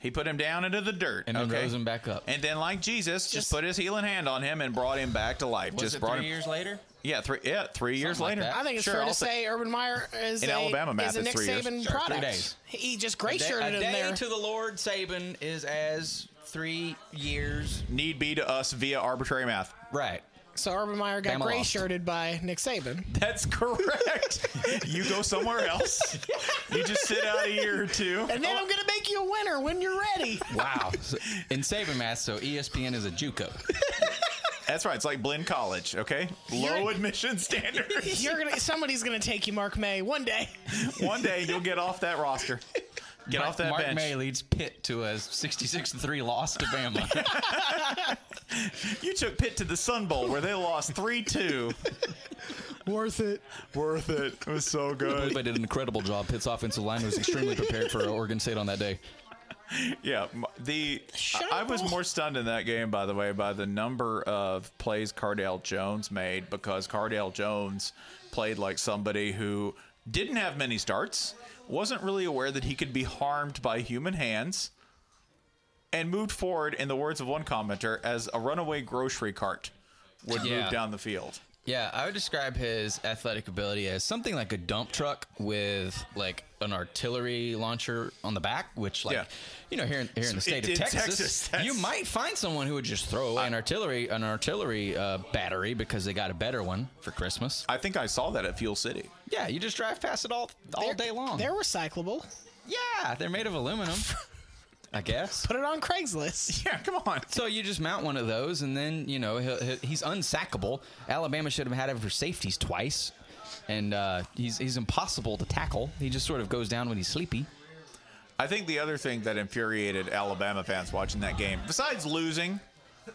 Speaker 1: He put him down into the dirt,
Speaker 4: And then
Speaker 1: okay?
Speaker 4: rose him back up.
Speaker 1: And then, like Jesus, just, put his healing hand on him and brought him back to life.
Speaker 4: Was
Speaker 1: just
Speaker 4: it
Speaker 1: brought
Speaker 4: three
Speaker 1: him,
Speaker 4: years later?
Speaker 1: Yeah, three. Yeah, three years
Speaker 4: like
Speaker 1: later.
Speaker 4: that.
Speaker 3: I think it's
Speaker 1: Sure,
Speaker 3: fair to
Speaker 1: I'll
Speaker 3: say Urban Meyer is
Speaker 1: In
Speaker 3: a,
Speaker 1: Alabama math,
Speaker 3: is a
Speaker 1: it's
Speaker 3: Nick
Speaker 1: three years.
Speaker 3: Saban
Speaker 1: Sure, three
Speaker 3: product.
Speaker 1: days.
Speaker 3: He just
Speaker 4: A
Speaker 3: gray
Speaker 4: day,
Speaker 3: shirted
Speaker 4: a
Speaker 3: him
Speaker 4: day
Speaker 3: there.
Speaker 4: to the Lord Saban is as three years.
Speaker 1: Need be to us via arbitrary math.
Speaker 4: Right.
Speaker 3: so Urban Meyer got
Speaker 1: Bama
Speaker 3: gray
Speaker 1: lost.
Speaker 3: shirted by Nick Saban.
Speaker 1: That's correct. you go somewhere else. You just sit out a year or two.
Speaker 3: And then I'm gonna make you a winner when you're ready.
Speaker 4: Wow. So- in Saban math, so E ESPN is a JUCO.
Speaker 1: That's right. It's like Blinn College. Okay, low
Speaker 3: You're-
Speaker 1: admission standards.
Speaker 3: You're gonna somebody's gonna take you, Mark May, one day.
Speaker 1: One day you'll get off that roster. Get
Speaker 4: Mark,
Speaker 1: off that
Speaker 4: Mark
Speaker 1: bench.
Speaker 4: May leads Pitt to a 66-3 loss to Bama.
Speaker 1: You took Pitt to the Sun Bowl where they lost 3 2.
Speaker 3: Worth it.
Speaker 1: Worth it. It was so
Speaker 4: Blue
Speaker 1: good.
Speaker 4: Bay did an incredible job. Pitt's offensive line was extremely prepared for Oregon State on that day.
Speaker 1: Yeah. m- The
Speaker 3: Shut
Speaker 1: I, I
Speaker 3: up,
Speaker 1: was
Speaker 3: Bull.
Speaker 1: more stunned in that game, by the way, by the number of plays Cardale Jones made because Cardale Jones played like somebody who didn't have many starts, wasn't really aware that he could be harmed by human hands, and moved forward, in the words of one commenter, as a runaway grocery cart would move
Speaker 4: Yeah.
Speaker 1: down the field.
Speaker 4: Yeah, I would describe his athletic ability as something like a dump truck with like an artillery launcher on the back, which like
Speaker 1: Yeah.
Speaker 4: you know here in, here in the state
Speaker 1: In
Speaker 4: of Texas,
Speaker 1: Texas, that's-
Speaker 4: you might find someone who would just throw away an artillery an artillery uh, battery because they got a better one for Christmas.
Speaker 1: I think I saw that at Fuel City.
Speaker 4: Yeah, you just drive past it all all day long.
Speaker 3: They're recyclable.
Speaker 4: yeah, they're made of aluminum, I guess.
Speaker 3: Put it on Craigslist.
Speaker 1: Yeah, come on.
Speaker 4: So you just mount one of those, and then you know he'll, he'll, he's unsackable. Alabama should have had him for safeties twice, and uh, he's he's impossible to tackle. He just sort of goes down when he's sleepy.
Speaker 1: I think the other thing that infuriated Alabama fans watching that game, besides losing,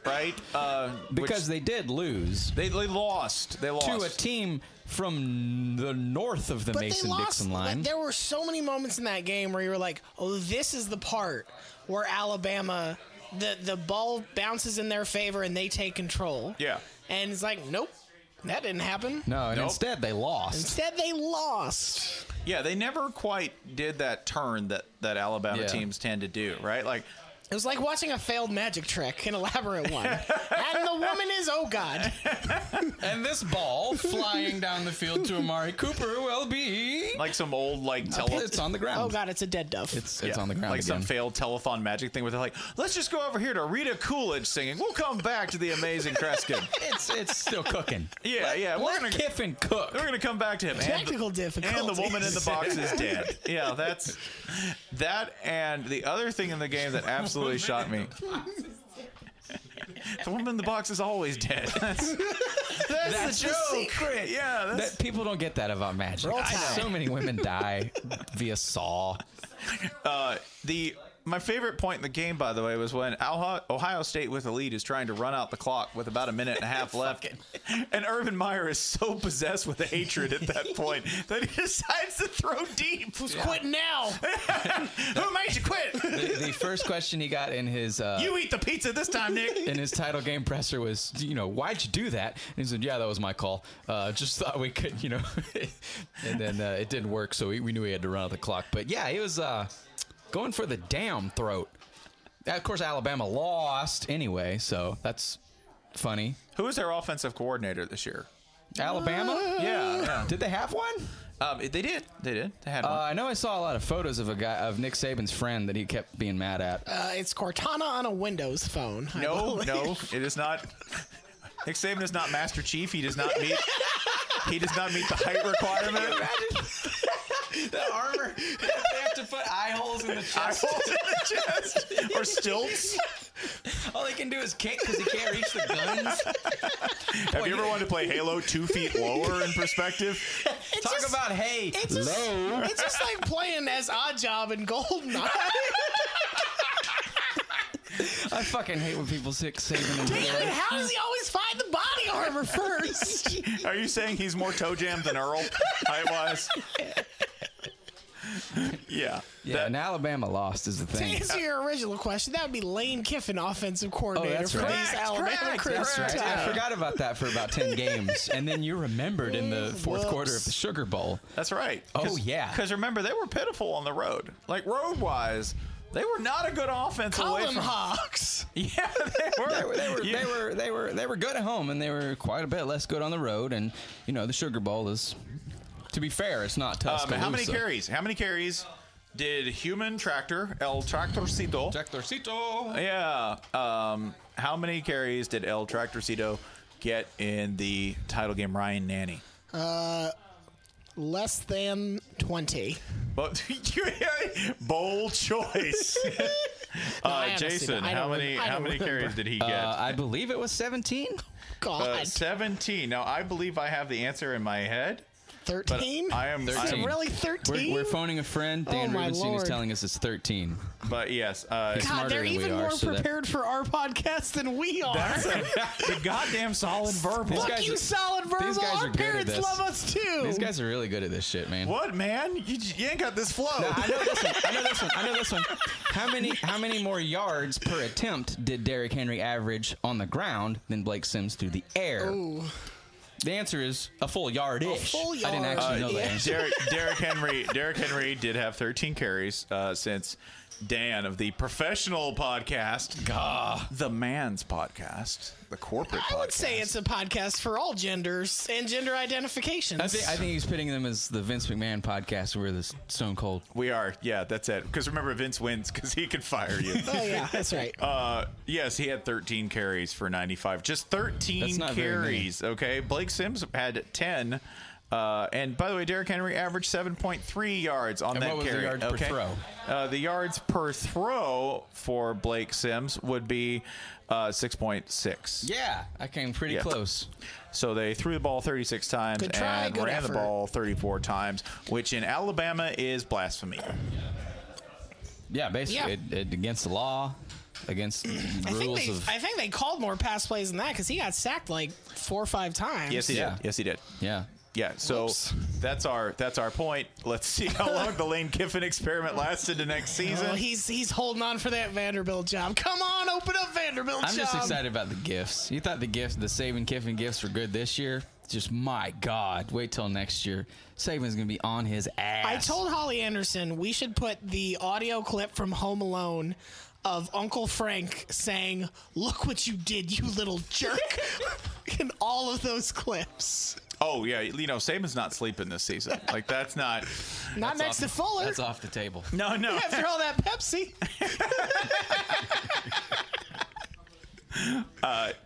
Speaker 1: right? Uh, which
Speaker 4: Because they did lose
Speaker 1: they, they lost. They lost.
Speaker 4: to a team from the north of the
Speaker 3: But
Speaker 4: Mason
Speaker 3: they lost.
Speaker 4: Dixon line.
Speaker 3: like, there were so many moments in that game where you were like, "Oh, this is the part where Alabama, the the ball bounces in their favor and they take control."
Speaker 1: Yeah.
Speaker 3: And it's like, nope, that didn't happen.
Speaker 4: no, and
Speaker 1: Nope.
Speaker 4: instead they lost.
Speaker 3: Instead, they lost.
Speaker 1: yeah, they never quite did that turn that, that Alabama
Speaker 4: Yeah.
Speaker 1: teams tend to do, right? Like,
Speaker 3: It was like watching a failed magic trick, an elaborate one. and the woman is, oh god,
Speaker 4: And this ball flying down the field to Amari Cooper will be
Speaker 1: like some old like tele-
Speaker 4: it's on the ground.
Speaker 3: oh god, it's a dead dove.
Speaker 4: It's it's
Speaker 1: Yeah,
Speaker 4: on the ground
Speaker 1: like
Speaker 4: again.
Speaker 1: some failed telethon magic thing where they're like, let's just go over here to Rita Coolidge singing. We'll come back to the amazing Kreskin.
Speaker 4: it's it's still cooking.
Speaker 1: Yeah,
Speaker 4: Let-
Speaker 1: yeah, we're
Speaker 4: Let
Speaker 1: gonna-
Speaker 4: Kiffin cook.
Speaker 1: We're gonna come back to him. And the-
Speaker 3: Technical
Speaker 1: And
Speaker 3: difficulties.
Speaker 1: the woman in the box is dead. Yeah, that's that. And the other thing in the game that absolutely shocked me. The woman in the box is always dead. That's, that's,
Speaker 4: That's
Speaker 1: the
Speaker 4: the
Speaker 1: joke.
Speaker 4: secret.
Speaker 1: Yeah, that's,
Speaker 4: That people don't get that about magic.
Speaker 3: Roll Tide.
Speaker 4: So many women die via saw.
Speaker 1: uh, the my favorite point in the game, by the way, was when Alho- Ohio State with a lead is trying to run out the clock with about a minute and a half left, and Urban Meyer is so possessed with hatred at that point that he decides to throw deep.
Speaker 3: Who's quitting now?
Speaker 1: Who made you quit?
Speaker 4: The, the first question he got in his uh,
Speaker 1: You eat the pizza this time, Nick.
Speaker 4: in his title game presser was, you know, why'd you do that? And he said, yeah, that was my call. Uh, just thought we could, you know, and then uh, it didn't work, so we, we knew he had to run out the clock. But yeah, he was uh, going for the damn throat. Of course, Alabama lost anyway, so that's funny.
Speaker 1: Who is their offensive coordinator this year?
Speaker 4: Alabama?
Speaker 1: Yeah, yeah.
Speaker 4: Did they have one?
Speaker 1: Um, they did. They did. They had
Speaker 4: Uh,
Speaker 1: one.
Speaker 4: I know I saw a lot of photos of a guy of Nick Saban's friend that he kept being mad at.
Speaker 3: Uh, it's Cortana on a Windows phone. I
Speaker 1: no,
Speaker 3: believe.
Speaker 1: no, it is not. Nick Saban is not Master Chief. He does not meet. he does not meet the height requirement.
Speaker 4: the armor, they have to put eye holes in the
Speaker 1: Eye holes in the chest or stilts.
Speaker 4: All they can do is kick because he can't reach the guns.
Speaker 1: Have you ever wanted to play Halo two feet lower in perspective?
Speaker 3: It's
Speaker 4: Talk
Speaker 3: just-
Speaker 4: about hey,
Speaker 3: It's just,
Speaker 4: low.
Speaker 3: it's just like playing as Odd Job in Goldeneye.
Speaker 4: I fucking hate when people sick Saban and
Speaker 3: Damn it,
Speaker 4: Baylor.
Speaker 3: how does he always find the body armor first?
Speaker 1: Are you saying he's more toe jam than Earl? I was. yeah.
Speaker 4: Yeah, and Alabama lost is the
Speaker 3: To
Speaker 4: thing.
Speaker 3: answer your original question, that would be Lane Kiffin, offensive coordinator
Speaker 4: Oh, that's
Speaker 3: for
Speaker 4: right.
Speaker 3: these
Speaker 4: Correct,
Speaker 3: Alabama
Speaker 4: correct,
Speaker 3: Crimson
Speaker 4: that's right. I
Speaker 3: Tide.
Speaker 4: forgot about that for about 10 games. And then you remembered in the fourth
Speaker 1: Whoops.
Speaker 4: quarter of the Sugar Bowl.
Speaker 1: That's right.
Speaker 4: Oh, yeah.
Speaker 1: Because remember, they were pitiful on the road. Like road wise, they were not a good offense
Speaker 3: Call
Speaker 1: away
Speaker 3: them
Speaker 1: from
Speaker 3: Hawks.
Speaker 1: Yeah, they were.
Speaker 4: they were they were,
Speaker 1: You-
Speaker 4: they were they were they were good at home and they were quite a bit less good on the road and you know the Sugar Bowl is to be fair it's not
Speaker 1: Um,
Speaker 4: tough.
Speaker 1: how many carries? How many carries did human tractor El Tractorcito?
Speaker 4: Tractorcito.
Speaker 1: Yeah. Um, how many carries did El Tractorcito get in the title game? Ryan Nanny.
Speaker 3: Uh, less than 20.
Speaker 1: But bold choice.
Speaker 3: I
Speaker 1: uh,
Speaker 3: haven't seen
Speaker 1: Jason,
Speaker 3: it. I
Speaker 1: how
Speaker 3: don't
Speaker 1: many
Speaker 3: rem- I
Speaker 1: how
Speaker 3: don't
Speaker 1: many
Speaker 3: remember.
Speaker 1: carries did he get?
Speaker 4: Uh, I believe it was 17.
Speaker 1: Uh,
Speaker 3: God.
Speaker 1: 17. Now, I believe I have the answer in my head. but
Speaker 3: 13?
Speaker 1: I am.
Speaker 3: Is it
Speaker 1: I'm-
Speaker 3: really
Speaker 4: We're,
Speaker 3: 13?
Speaker 4: we're phoning a friend. Dan
Speaker 3: Oh, my
Speaker 4: Rubenstein is
Speaker 3: Lord.
Speaker 4: telling us it's 13.
Speaker 1: But yes. Uh,
Speaker 3: God,
Speaker 4: smarter
Speaker 3: they're
Speaker 4: than we
Speaker 3: even
Speaker 4: are,
Speaker 3: more
Speaker 4: so that-
Speaker 3: prepared for our podcast than we are.
Speaker 1: that's a, the goddamn solid verbal.
Speaker 3: Fuck
Speaker 4: guys
Speaker 3: you,
Speaker 4: are-
Speaker 3: solid verbal.
Speaker 4: these guys
Speaker 3: our
Speaker 4: are good at
Speaker 3: parents
Speaker 4: this.
Speaker 3: love us too.
Speaker 4: These guys are really good at this shit, man.
Speaker 1: What, man? You, j- you ain't got this flow.
Speaker 4: I know this one. I know this one. I know this one. How many how many more yards per attempt did Derrick Henry average on the ground than Blake Sims through the air? The answer is a full yard ish.
Speaker 3: full
Speaker 4: I didn't
Speaker 3: yard.
Speaker 4: actually
Speaker 1: Uh,
Speaker 4: know that. answer.
Speaker 1: Derrick, Derrick Henry. Derrick Henry did have 13 carries uh, since Dan of the professional podcast, the man's podcast, the corporate.
Speaker 3: I would
Speaker 1: podcast.
Speaker 3: say it's a podcast for all genders and gender identifications.
Speaker 4: I think I think he's pitting them as the Vince McMahon podcast where the s- Stone Cold.
Speaker 1: We are, yeah, that's it. Because remember, Vince wins because he can fire you.
Speaker 3: oh yeah, that's right.
Speaker 1: Uh, yes, he had 13 carries for 95. Just 13
Speaker 4: That's not very many.
Speaker 1: carries. Okay, Blake Sims had 10. Uh, and by the way, Derrick Henry averaged 7.3 yards on
Speaker 4: And
Speaker 1: that
Speaker 4: what was the
Speaker 1: carry.
Speaker 4: yards per
Speaker 1: okay?
Speaker 4: throw?
Speaker 1: Uh, the yards per throw for Blake Sims would be uh, 6.6.
Speaker 4: Yeah, I came pretty
Speaker 1: Yeah.
Speaker 4: close.
Speaker 1: So they threw the ball 36 times
Speaker 3: Good try,
Speaker 1: and
Speaker 3: good
Speaker 1: ran the
Speaker 3: effort.
Speaker 1: ball 34 times, which in Alabama is blasphemy.
Speaker 4: Yeah, basically
Speaker 3: Yeah.
Speaker 4: It, it, against the law, against
Speaker 3: I think
Speaker 4: rules
Speaker 3: they
Speaker 4: of
Speaker 3: I think they called more pass plays than that because he got sacked like four or five times.
Speaker 1: Yes, he
Speaker 4: Yeah.
Speaker 1: did. Yes, he did.
Speaker 4: yeah.
Speaker 1: Yeah, so
Speaker 3: Whoops.
Speaker 1: that's our that's our point. Let's see how long the Lane Kiffin experiment lasted the next season.
Speaker 3: Oh, he's he's holding on for that Vanderbilt job. Come on, open up Vanderbilt
Speaker 4: I'm
Speaker 3: job.
Speaker 4: just excited about the gifts. You thought the gifts, the Saban Kiffin gifts, were good this year? Just my God, wait till next year. Saban's gonna be on his ass.
Speaker 3: I told Holly Anderson we should put the audio clip from Home Alone of Uncle Frank saying, "Look what you did, you little jerk," in all of those clips.
Speaker 1: oh yeah, you know Saban's not sleeping this season. Like that's not.
Speaker 3: Not next to Fuller.
Speaker 4: That's off the table.
Speaker 1: No, no.
Speaker 3: After all that Pepsi,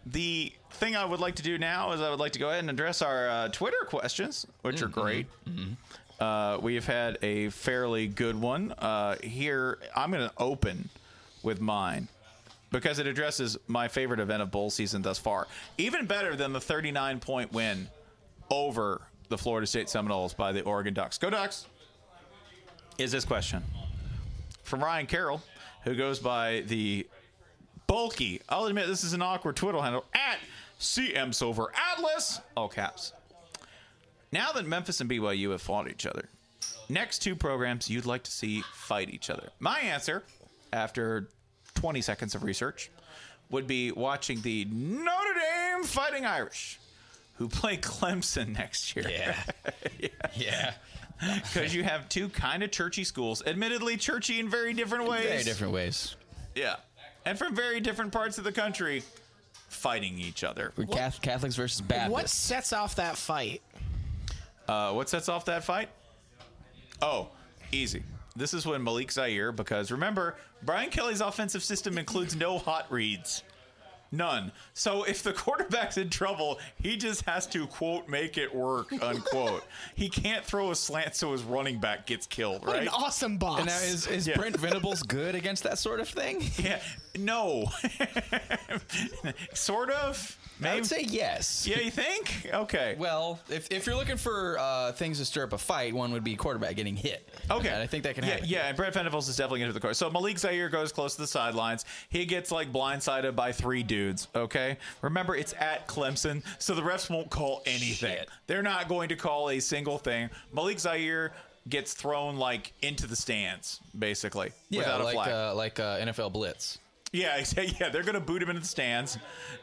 Speaker 1: The thing I would like to do now is I would like to go ahead and address our uh, Twitter questions, which are great. Uh, we have had a fairly good one uh, here. I'm going to open with mine because it addresses my favorite event of bowl season thus far, even better than the 39 point win over the Florida State Seminoles by the Oregon Ducks. Go Ducks! Is this question from Ryan Carroll, who goes by the bulky. I'll admit this is an awkward twiddle handle at CM Silver Atlas. All caps. Now that Memphis and BYU have fought each other, next two programs you'd like to see fight each other. My answer, after 20 seconds of research, would be watching the Notre Dame Fighting Irish, who play Clemson next year.
Speaker 4: Yeah. yeah.
Speaker 1: Because you have two kind of churchy schools, admittedly churchy in very different ways.
Speaker 4: Very different ways.
Speaker 1: Yeah. And from very different parts of the country fighting each other.
Speaker 4: We're Cath- Catholics versus Baptists.
Speaker 3: what sets off that fight?
Speaker 1: Uh, what sets off that fight? Oh, easy. This is when Malik Zaire, because remember, Brian Kelly's offensive system includes no hot reads. None. So if the quarterback's in trouble, he just has to, quote, make it work, unquote. he can't throw a slant so his running back gets killed,
Speaker 3: What
Speaker 1: right?
Speaker 3: an awesome boss!
Speaker 4: And now is, is
Speaker 1: Yeah.
Speaker 4: Brent Venables good against that sort of thing?
Speaker 1: yeah. No. sort of.
Speaker 4: I
Speaker 1: Maybe.
Speaker 4: would say yes.
Speaker 1: yeah, you think? Okay.
Speaker 4: Well, if, if you're looking for uh, things to stir up a fight, one would be quarterback getting hit.
Speaker 1: Okay,
Speaker 4: And I think that can
Speaker 1: yeah,
Speaker 4: happen.
Speaker 1: Yeah, and Brett Venables is definitely into the court. So Malik Zaire goes close to the sidelines. He gets like blindsided by three dudes. Okay, remember it's at Clemson, so the refs won't call anything.
Speaker 4: Shit.
Speaker 1: They're not going to call a single thing. Malik Zaire gets thrown like into the stands basically
Speaker 4: Yeah,
Speaker 1: without a
Speaker 4: like
Speaker 1: flag.
Speaker 4: Uh, like uh, NFL blitz.
Speaker 1: Yeah, exactly. yeah, they're gonna boot him into the stands,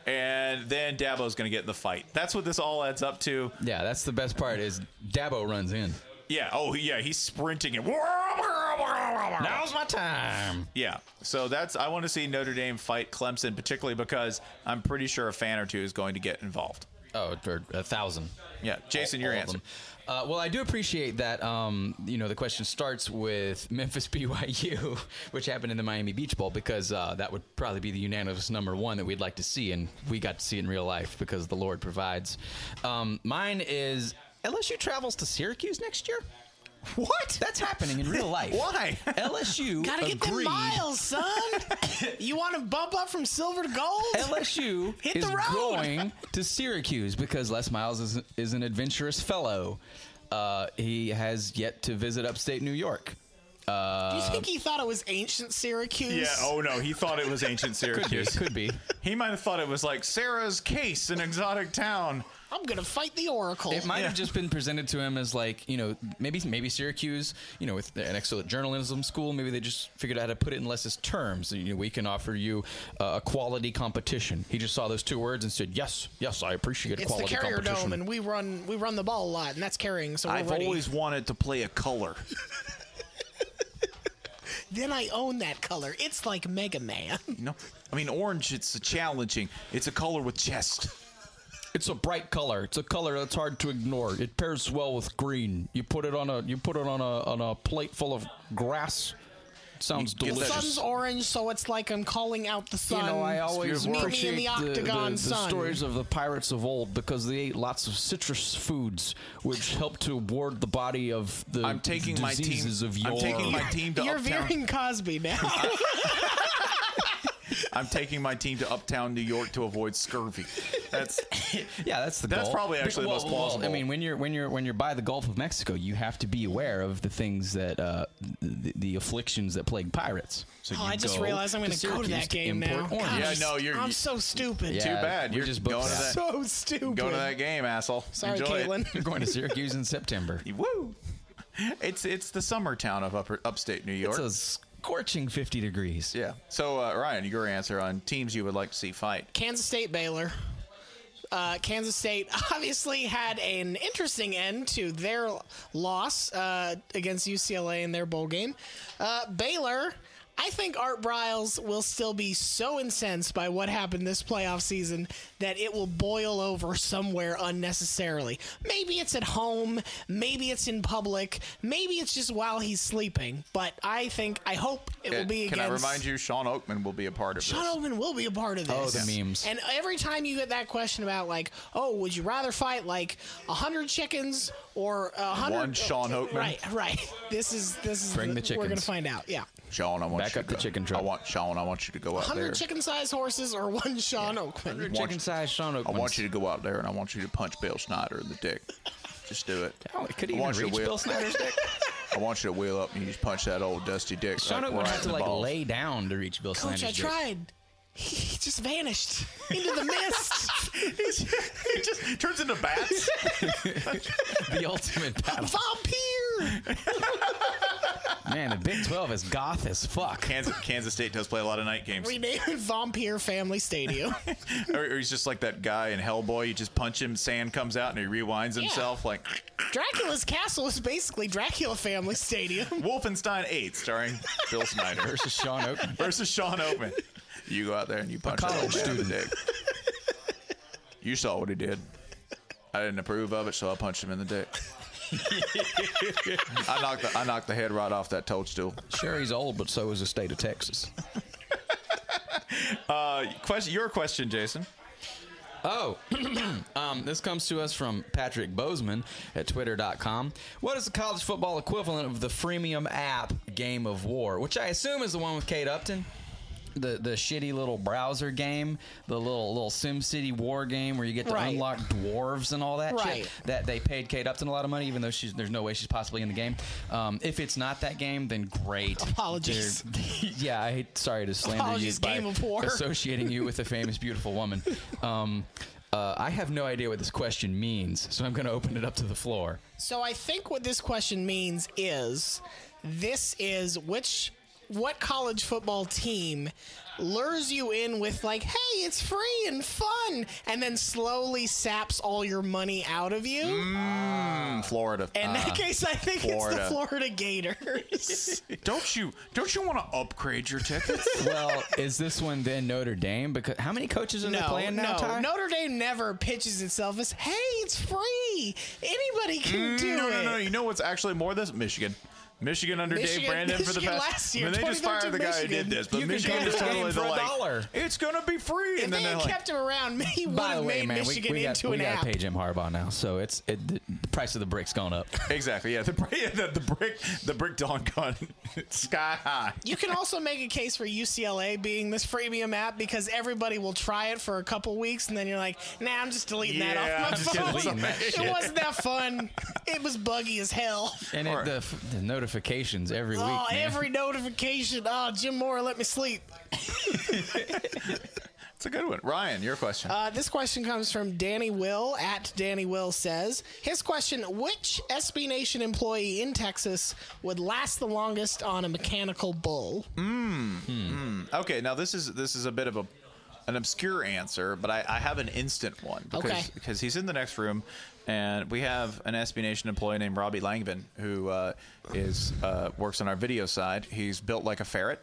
Speaker 1: and then Dabo's gonna get in the fight. That's what this all adds up to.
Speaker 4: Yeah, that's the best part is Dabo runs in.
Speaker 1: Yeah. Oh, yeah. He's sprinting it.
Speaker 4: Now's my time.
Speaker 1: Yeah. So that's I want to see Notre Dame fight Clemson, particularly because I'm pretty sure a fan or two is going to get involved.
Speaker 4: Oh, or a thousand.
Speaker 1: Yeah, Jason,
Speaker 4: All
Speaker 1: your
Speaker 4: of
Speaker 1: answer.
Speaker 4: them. Uh, well, I do appreciate that. Um, you know, the question starts with Memphis BYU, which happened in the Miami Beach Bowl, because uh, that would probably be the unanimous number one that we'd like to see, and we got to see it in real life because the Lord provides. Um, mine is LSU travels to Syracuse next year. What? That's happening in real life.
Speaker 3: Why?
Speaker 4: LSU
Speaker 3: Gotta get them
Speaker 4: agreed-
Speaker 3: miles, son. you want to bump up from silver to gold?
Speaker 4: LSU
Speaker 3: Hit
Speaker 4: is
Speaker 3: the road.
Speaker 4: going to Syracuse because Les Miles is, is an adventurous fellow. Uh, he has yet to visit upstate New York. Uh,
Speaker 3: Do you think he thought it was ancient Syracuse?
Speaker 1: Yeah. Oh no, he thought it was ancient
Speaker 4: could be,
Speaker 1: Syracuse.
Speaker 4: could be.
Speaker 1: He might have thought it was like Sarah's case, an exotic town.
Speaker 3: I'm gonna fight the Oracle.
Speaker 4: It might have just been presented to him as like you know maybe maybe Syracuse you know with an excellent journalism school maybe they just figured out how to put it in Les's terms you know we can offer you uh, a quality competition. He just saw those two words and said yes yes I appreciate
Speaker 3: It's the
Speaker 4: quality
Speaker 3: Carrier
Speaker 4: competition.
Speaker 3: Dome, and we run we run the ball a lot, and that's carrying. So we're
Speaker 1: I've
Speaker 3: ready.
Speaker 1: always wanted to play a color.
Speaker 3: Then I own that color. It's like Mega Man.
Speaker 1: You know, I mean, orange. It's challenging. It's a color with chest.
Speaker 4: It's a bright color. It's a color that's hard to ignore. It pairs well with green. You put it on a you put it on a on a plate full of grass. Sounds
Speaker 1: You get
Speaker 3: The
Speaker 1: that-
Speaker 4: delicious.
Speaker 3: sun's orange, so it's like I'm calling out the
Speaker 4: You
Speaker 3: sun.
Speaker 4: know, I always
Speaker 3: Meet me
Speaker 4: appreciate
Speaker 3: in the
Speaker 4: the, the,
Speaker 3: octagon
Speaker 4: the
Speaker 3: sun.
Speaker 4: stories of the pirates of old because they ate lots of citrus foods, which help to ward the body of the
Speaker 1: I'm taking my team.
Speaker 4: Uh, diseases of yore.
Speaker 1: I'm taking my team to
Speaker 3: You're
Speaker 1: uptown.
Speaker 3: veering Cosby now.
Speaker 1: I'm taking my team to uptown New York to avoid scurvy. That's
Speaker 4: Yeah, that's the
Speaker 1: That's
Speaker 4: goal.
Speaker 1: probably
Speaker 4: Be-
Speaker 1: actually the
Speaker 4: well,
Speaker 1: most
Speaker 4: well,
Speaker 1: plausible.
Speaker 4: I mean, when you're when you're when you're by the Gulf of Mexico, you have to be aware of the things that uh, the, the afflictions that plague pirates. So
Speaker 3: oh,
Speaker 4: you
Speaker 3: I just
Speaker 4: go
Speaker 3: realized I'm
Speaker 4: to
Speaker 3: going to go to
Speaker 4: Syracuse
Speaker 3: that game
Speaker 4: import
Speaker 3: now.
Speaker 4: oranges.
Speaker 3: God,
Speaker 1: Yeah, no, you're-
Speaker 3: I'm
Speaker 1: you-
Speaker 3: so stupid.
Speaker 4: Yeah,
Speaker 1: too bad.
Speaker 4: we
Speaker 1: You're
Speaker 4: just
Speaker 1: going
Speaker 4: booked
Speaker 1: to
Speaker 4: that.
Speaker 1: that.
Speaker 3: So stupid.
Speaker 1: Go to that game, asshole.
Speaker 3: Sorry,
Speaker 1: Enjoy it.
Speaker 3: Caitlin.
Speaker 4: You're going to Syracuse in September.
Speaker 1: Woo! It's it's the summer town of upper, upstate New York.
Speaker 4: It's a scorching 50 degrees.
Speaker 1: yeah. So uh, Ryan, your answer on teams you would like to see fight.
Speaker 3: Kansas State Baylor. Uh, Kansas State obviously had an interesting end to their loss uh, against UCLA in their bowl game. Uh, Baylor, I think Art Briles will still be so incensed by what happened this playoff season that it will boil over somewhere unnecessarily. Maybe it's at home, maybe it's in public, maybe it's just while he's sleeping. But I think, I hope it will
Speaker 1: And
Speaker 3: be.
Speaker 1: Can I
Speaker 3: against-
Speaker 1: remind you, Sean Oakman will be a part of
Speaker 3: Sean
Speaker 1: this.
Speaker 3: Oldman will be a part of this.
Speaker 4: Oh, the memes.
Speaker 3: And every time you get that question about like, oh, would you rather fight like a hundred chickens or a hundred? Oh,
Speaker 1: One Sean Oakman?
Speaker 3: Right, right. This is this is
Speaker 4: Bring the
Speaker 3: We're gonna
Speaker 4: chickens.
Speaker 3: find out. Yeah,
Speaker 1: Sean, I want
Speaker 4: Back
Speaker 1: you
Speaker 4: up
Speaker 1: to
Speaker 4: the
Speaker 1: go-
Speaker 4: chicken truck.
Speaker 1: I want Sean. I want you to go out there.
Speaker 3: hundred chicken-sized horses or one Sean Oakman.
Speaker 1: want-
Speaker 4: Chicken-sized Sean
Speaker 1: I want
Speaker 4: Oakmans.
Speaker 1: you to go out there and I want you to punch Bill Snyder in the dick. Just do it.
Speaker 4: Oh, could
Speaker 1: I
Speaker 4: he even
Speaker 1: want you
Speaker 4: reach
Speaker 1: to wheel-
Speaker 4: Bill Snyder's dick?
Speaker 1: I want you to wheel up and you just punch that old dusty dick.
Speaker 4: Sean
Speaker 1: right,
Speaker 4: Oakman
Speaker 1: right
Speaker 4: had
Speaker 1: in
Speaker 4: to
Speaker 1: the
Speaker 4: like
Speaker 1: balls.
Speaker 4: lay down to reach Bill
Speaker 3: Coach,
Speaker 4: Snyder's
Speaker 3: I
Speaker 4: dick.
Speaker 3: tried. He just vanished into the mist.
Speaker 1: it just turns into bats.
Speaker 4: The ultimate battle.
Speaker 3: Vampire.
Speaker 4: Man, the Big 12 is goth as fuck.
Speaker 1: Kansas, Kansas State does play a lot of night games.
Speaker 3: Rename it Vampire Family Stadium.
Speaker 1: or, or he's just like that guy in Hellboy. You just punch him, sand comes out, and he rewinds himself. Like
Speaker 3: Dracula's castle is basically Dracula Family Stadium.
Speaker 1: Wolfenstein 8, starring Bill Snyder
Speaker 4: Versus Sean Oakman.
Speaker 1: versus Sean Oakman. You go out there and you punch that old
Speaker 4: college
Speaker 1: man in the dick. You saw what he did. I didn't approve of it, so I punched him in the dick. I knocked the I knocked the head right off that toadstool.
Speaker 4: Sure, he's old, but so is the state of Texas.
Speaker 1: Uh, question, your question, Jason.
Speaker 4: Oh, um, this comes to us from Patrick Bozeman at Twitter.com. What is the college football equivalent of the freemium app Game of War, which I assume is the one with Kate Upton? The, the shitty little browser game, the little little SimCity war game where you get to
Speaker 3: Right.
Speaker 4: unlock dwarves and all that
Speaker 3: Right.
Speaker 4: shit. That they paid Kate Upton a lot of money, even though she's there's no way she's possibly in the game. Um, if it's not that game, then great.
Speaker 3: Apologies.
Speaker 4: They're- yeah, I hate, sorry to slander
Speaker 3: Apologies,
Speaker 4: you by
Speaker 3: Game of War.
Speaker 4: associating you with a famous, beautiful woman. Um, uh, Uh, I have no idea what this question means, so I'm going to open it up to the floor.
Speaker 3: So I think what this question means is this is which what college football team lures you in with like, hey, it's free and fun, and then slowly saps all your money out of you.
Speaker 1: Mm, Florida.
Speaker 3: In that
Speaker 1: Ah,
Speaker 3: case, I think it's the Florida Gators.
Speaker 1: Don't you don't you want to upgrade your tickets?
Speaker 4: well, is this one then Notre Dame? Because how many coaches are they
Speaker 3: no,
Speaker 4: playing now?
Speaker 3: no.
Speaker 4: Ty?
Speaker 3: Notre Dame never pitches itself as, hey, it's free. Anybody can
Speaker 1: Mm,
Speaker 3: do
Speaker 1: no,
Speaker 3: it.
Speaker 1: no, no. You know what's actually more this Michigan. Michigan under Dave
Speaker 3: Michigan-
Speaker 1: Brandon for the
Speaker 3: Michigan
Speaker 1: past.
Speaker 3: last year,
Speaker 1: I mean, they just fired the
Speaker 3: 2013
Speaker 1: guy who did
Speaker 3: Michigan.
Speaker 1: this, but
Speaker 3: You can
Speaker 1: Michigan
Speaker 3: go to
Speaker 1: is
Speaker 3: the game
Speaker 1: totally the
Speaker 3: for a
Speaker 1: like.
Speaker 4: dollar.
Speaker 1: It's gonna be free,
Speaker 3: If
Speaker 1: and then
Speaker 3: they
Speaker 1: they're
Speaker 3: had
Speaker 1: like,
Speaker 3: kept him around, he would
Speaker 4: By the
Speaker 3: have
Speaker 4: way,
Speaker 3: made
Speaker 4: man,
Speaker 3: Michigan
Speaker 4: we, we
Speaker 3: into
Speaker 4: got,
Speaker 3: an
Speaker 4: we
Speaker 3: app.
Speaker 4: gotta pay Jim Harbaugh now, so it's it, the, the price of the brick's gone up.
Speaker 1: Exactly. Yeah. The, br- yeah, the, the brick the brick dawn gun sky high.
Speaker 3: You can also make a case for UCLA being this freemium app because everybody will try it for a couple weeks and then you're like, nah, I'm just deleting
Speaker 1: Yeah, I'm
Speaker 3: that
Speaker 1: just
Speaker 3: off my phone.
Speaker 1: deleting that shit.
Speaker 3: it wasn't that fun. It was buggy as hell.
Speaker 4: And it, the, f- the notifications every week.
Speaker 3: oh,
Speaker 4: man.
Speaker 3: every notification. Oh, Jim Moore, let me sleep.
Speaker 1: It's a good one, Ryan. Your question.
Speaker 3: Uh, this question comes from Danny Will at Danny Will says his question: Which SB Nation employee in Texas would last the longest on a mechanical bull?
Speaker 1: Mm. Mm. Okay, now this is this is a bit of a an obscure answer, but I, I have an instant one because
Speaker 3: Okay.
Speaker 1: because he's in the next room, and we have an SB Nation employee named Robbie Langvin who uh, is uh, works on our video side. He's built like a ferret.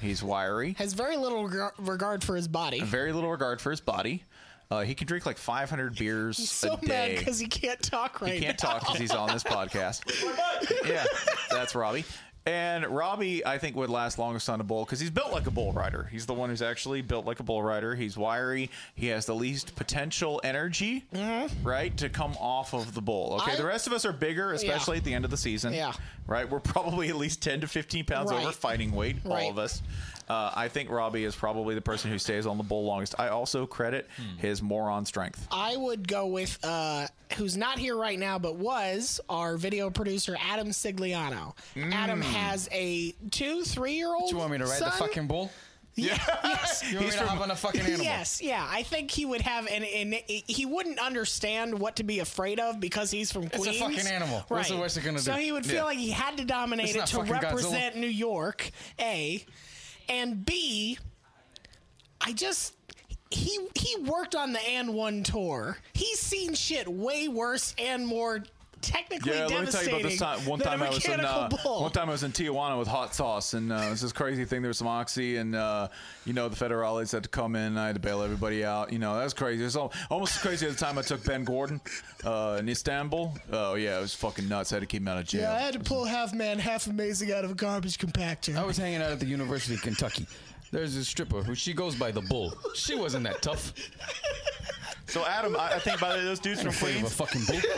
Speaker 1: He's wiry.
Speaker 3: Has very little reg- regard for his body.
Speaker 1: Very little regard for his body. Uh, he can drink like 500 beers
Speaker 3: He's
Speaker 1: a
Speaker 3: so mad
Speaker 1: day.
Speaker 3: because he can't talk right
Speaker 1: He can't
Speaker 3: now.
Speaker 1: talk because he's on this podcast. yeah, that's Robbie. And Robbie, I think, would last longest on a bull because he's built like a bull rider. He's the one who's actually built like a bull rider. He's wiry. He has the least potential energy, right, to come off of the bull. Okay,
Speaker 3: Mm-hmm. I-
Speaker 1: the rest of us are bigger, especially at the end of the season.
Speaker 3: Yeah.
Speaker 1: Right? We're probably at least 10 to 15 pounds over
Speaker 3: Right.
Speaker 1: fighting weight, all
Speaker 3: Right.
Speaker 1: of us. Uh, I think Robbie is probably the person who stays on the bull longest. I also credit
Speaker 3: Hmm.
Speaker 1: his moron strength.
Speaker 3: I would go with uh, who's not here right now, but was our video producer Adam Sigliano. Adam
Speaker 4: Mm.
Speaker 3: has a two, three year old.
Speaker 4: Do you want me to ride the fucking bull?
Speaker 3: Yeah. Yes.
Speaker 4: You want me to hop on a fucking animal?
Speaker 3: Yes, yeah. I think he would have, and an, he wouldn't understand what to be afraid of because he's from
Speaker 4: a
Speaker 3: Queens.
Speaker 4: fucking animal.
Speaker 3: Right.
Speaker 4: What's the worst it gonna
Speaker 3: So
Speaker 4: do?
Speaker 3: he would feel
Speaker 4: Yeah.
Speaker 3: like he had to dominate
Speaker 4: It's
Speaker 3: it
Speaker 4: not
Speaker 3: to
Speaker 4: fucking Godzilla.
Speaker 3: represent New York. A and B. I just. He he worked on the and one tour. He's seen shit way worse and more technically
Speaker 1: Yeah, let me tell you
Speaker 3: devastating.
Speaker 1: about this time. One
Speaker 3: than
Speaker 1: time
Speaker 3: a
Speaker 1: I was in
Speaker 3: mechanical
Speaker 1: uh,
Speaker 3: bull.
Speaker 1: one time I was in Tijuana with hot sauce, and uh, it was this crazy thing. There was some oxy, and uh, you know the federales had to come in. and I had to bail everybody out. You know that was crazy. It's al- almost as crazy as the time I took Ben Gordon uh, in Istanbul. Oh yeah, it was fucking nuts. I had to keep him out of jail.
Speaker 3: Yeah, I had to pull half man, half amazing out of a garbage compactor.
Speaker 4: I was hanging out at the University of Kentucky. There's a stripper who she goes by the bull. She wasn't that tough.
Speaker 1: So Adam, I, I think by the way, those dudes from
Speaker 4: afraid of
Speaker 1: Queens,
Speaker 4: a fucking bull.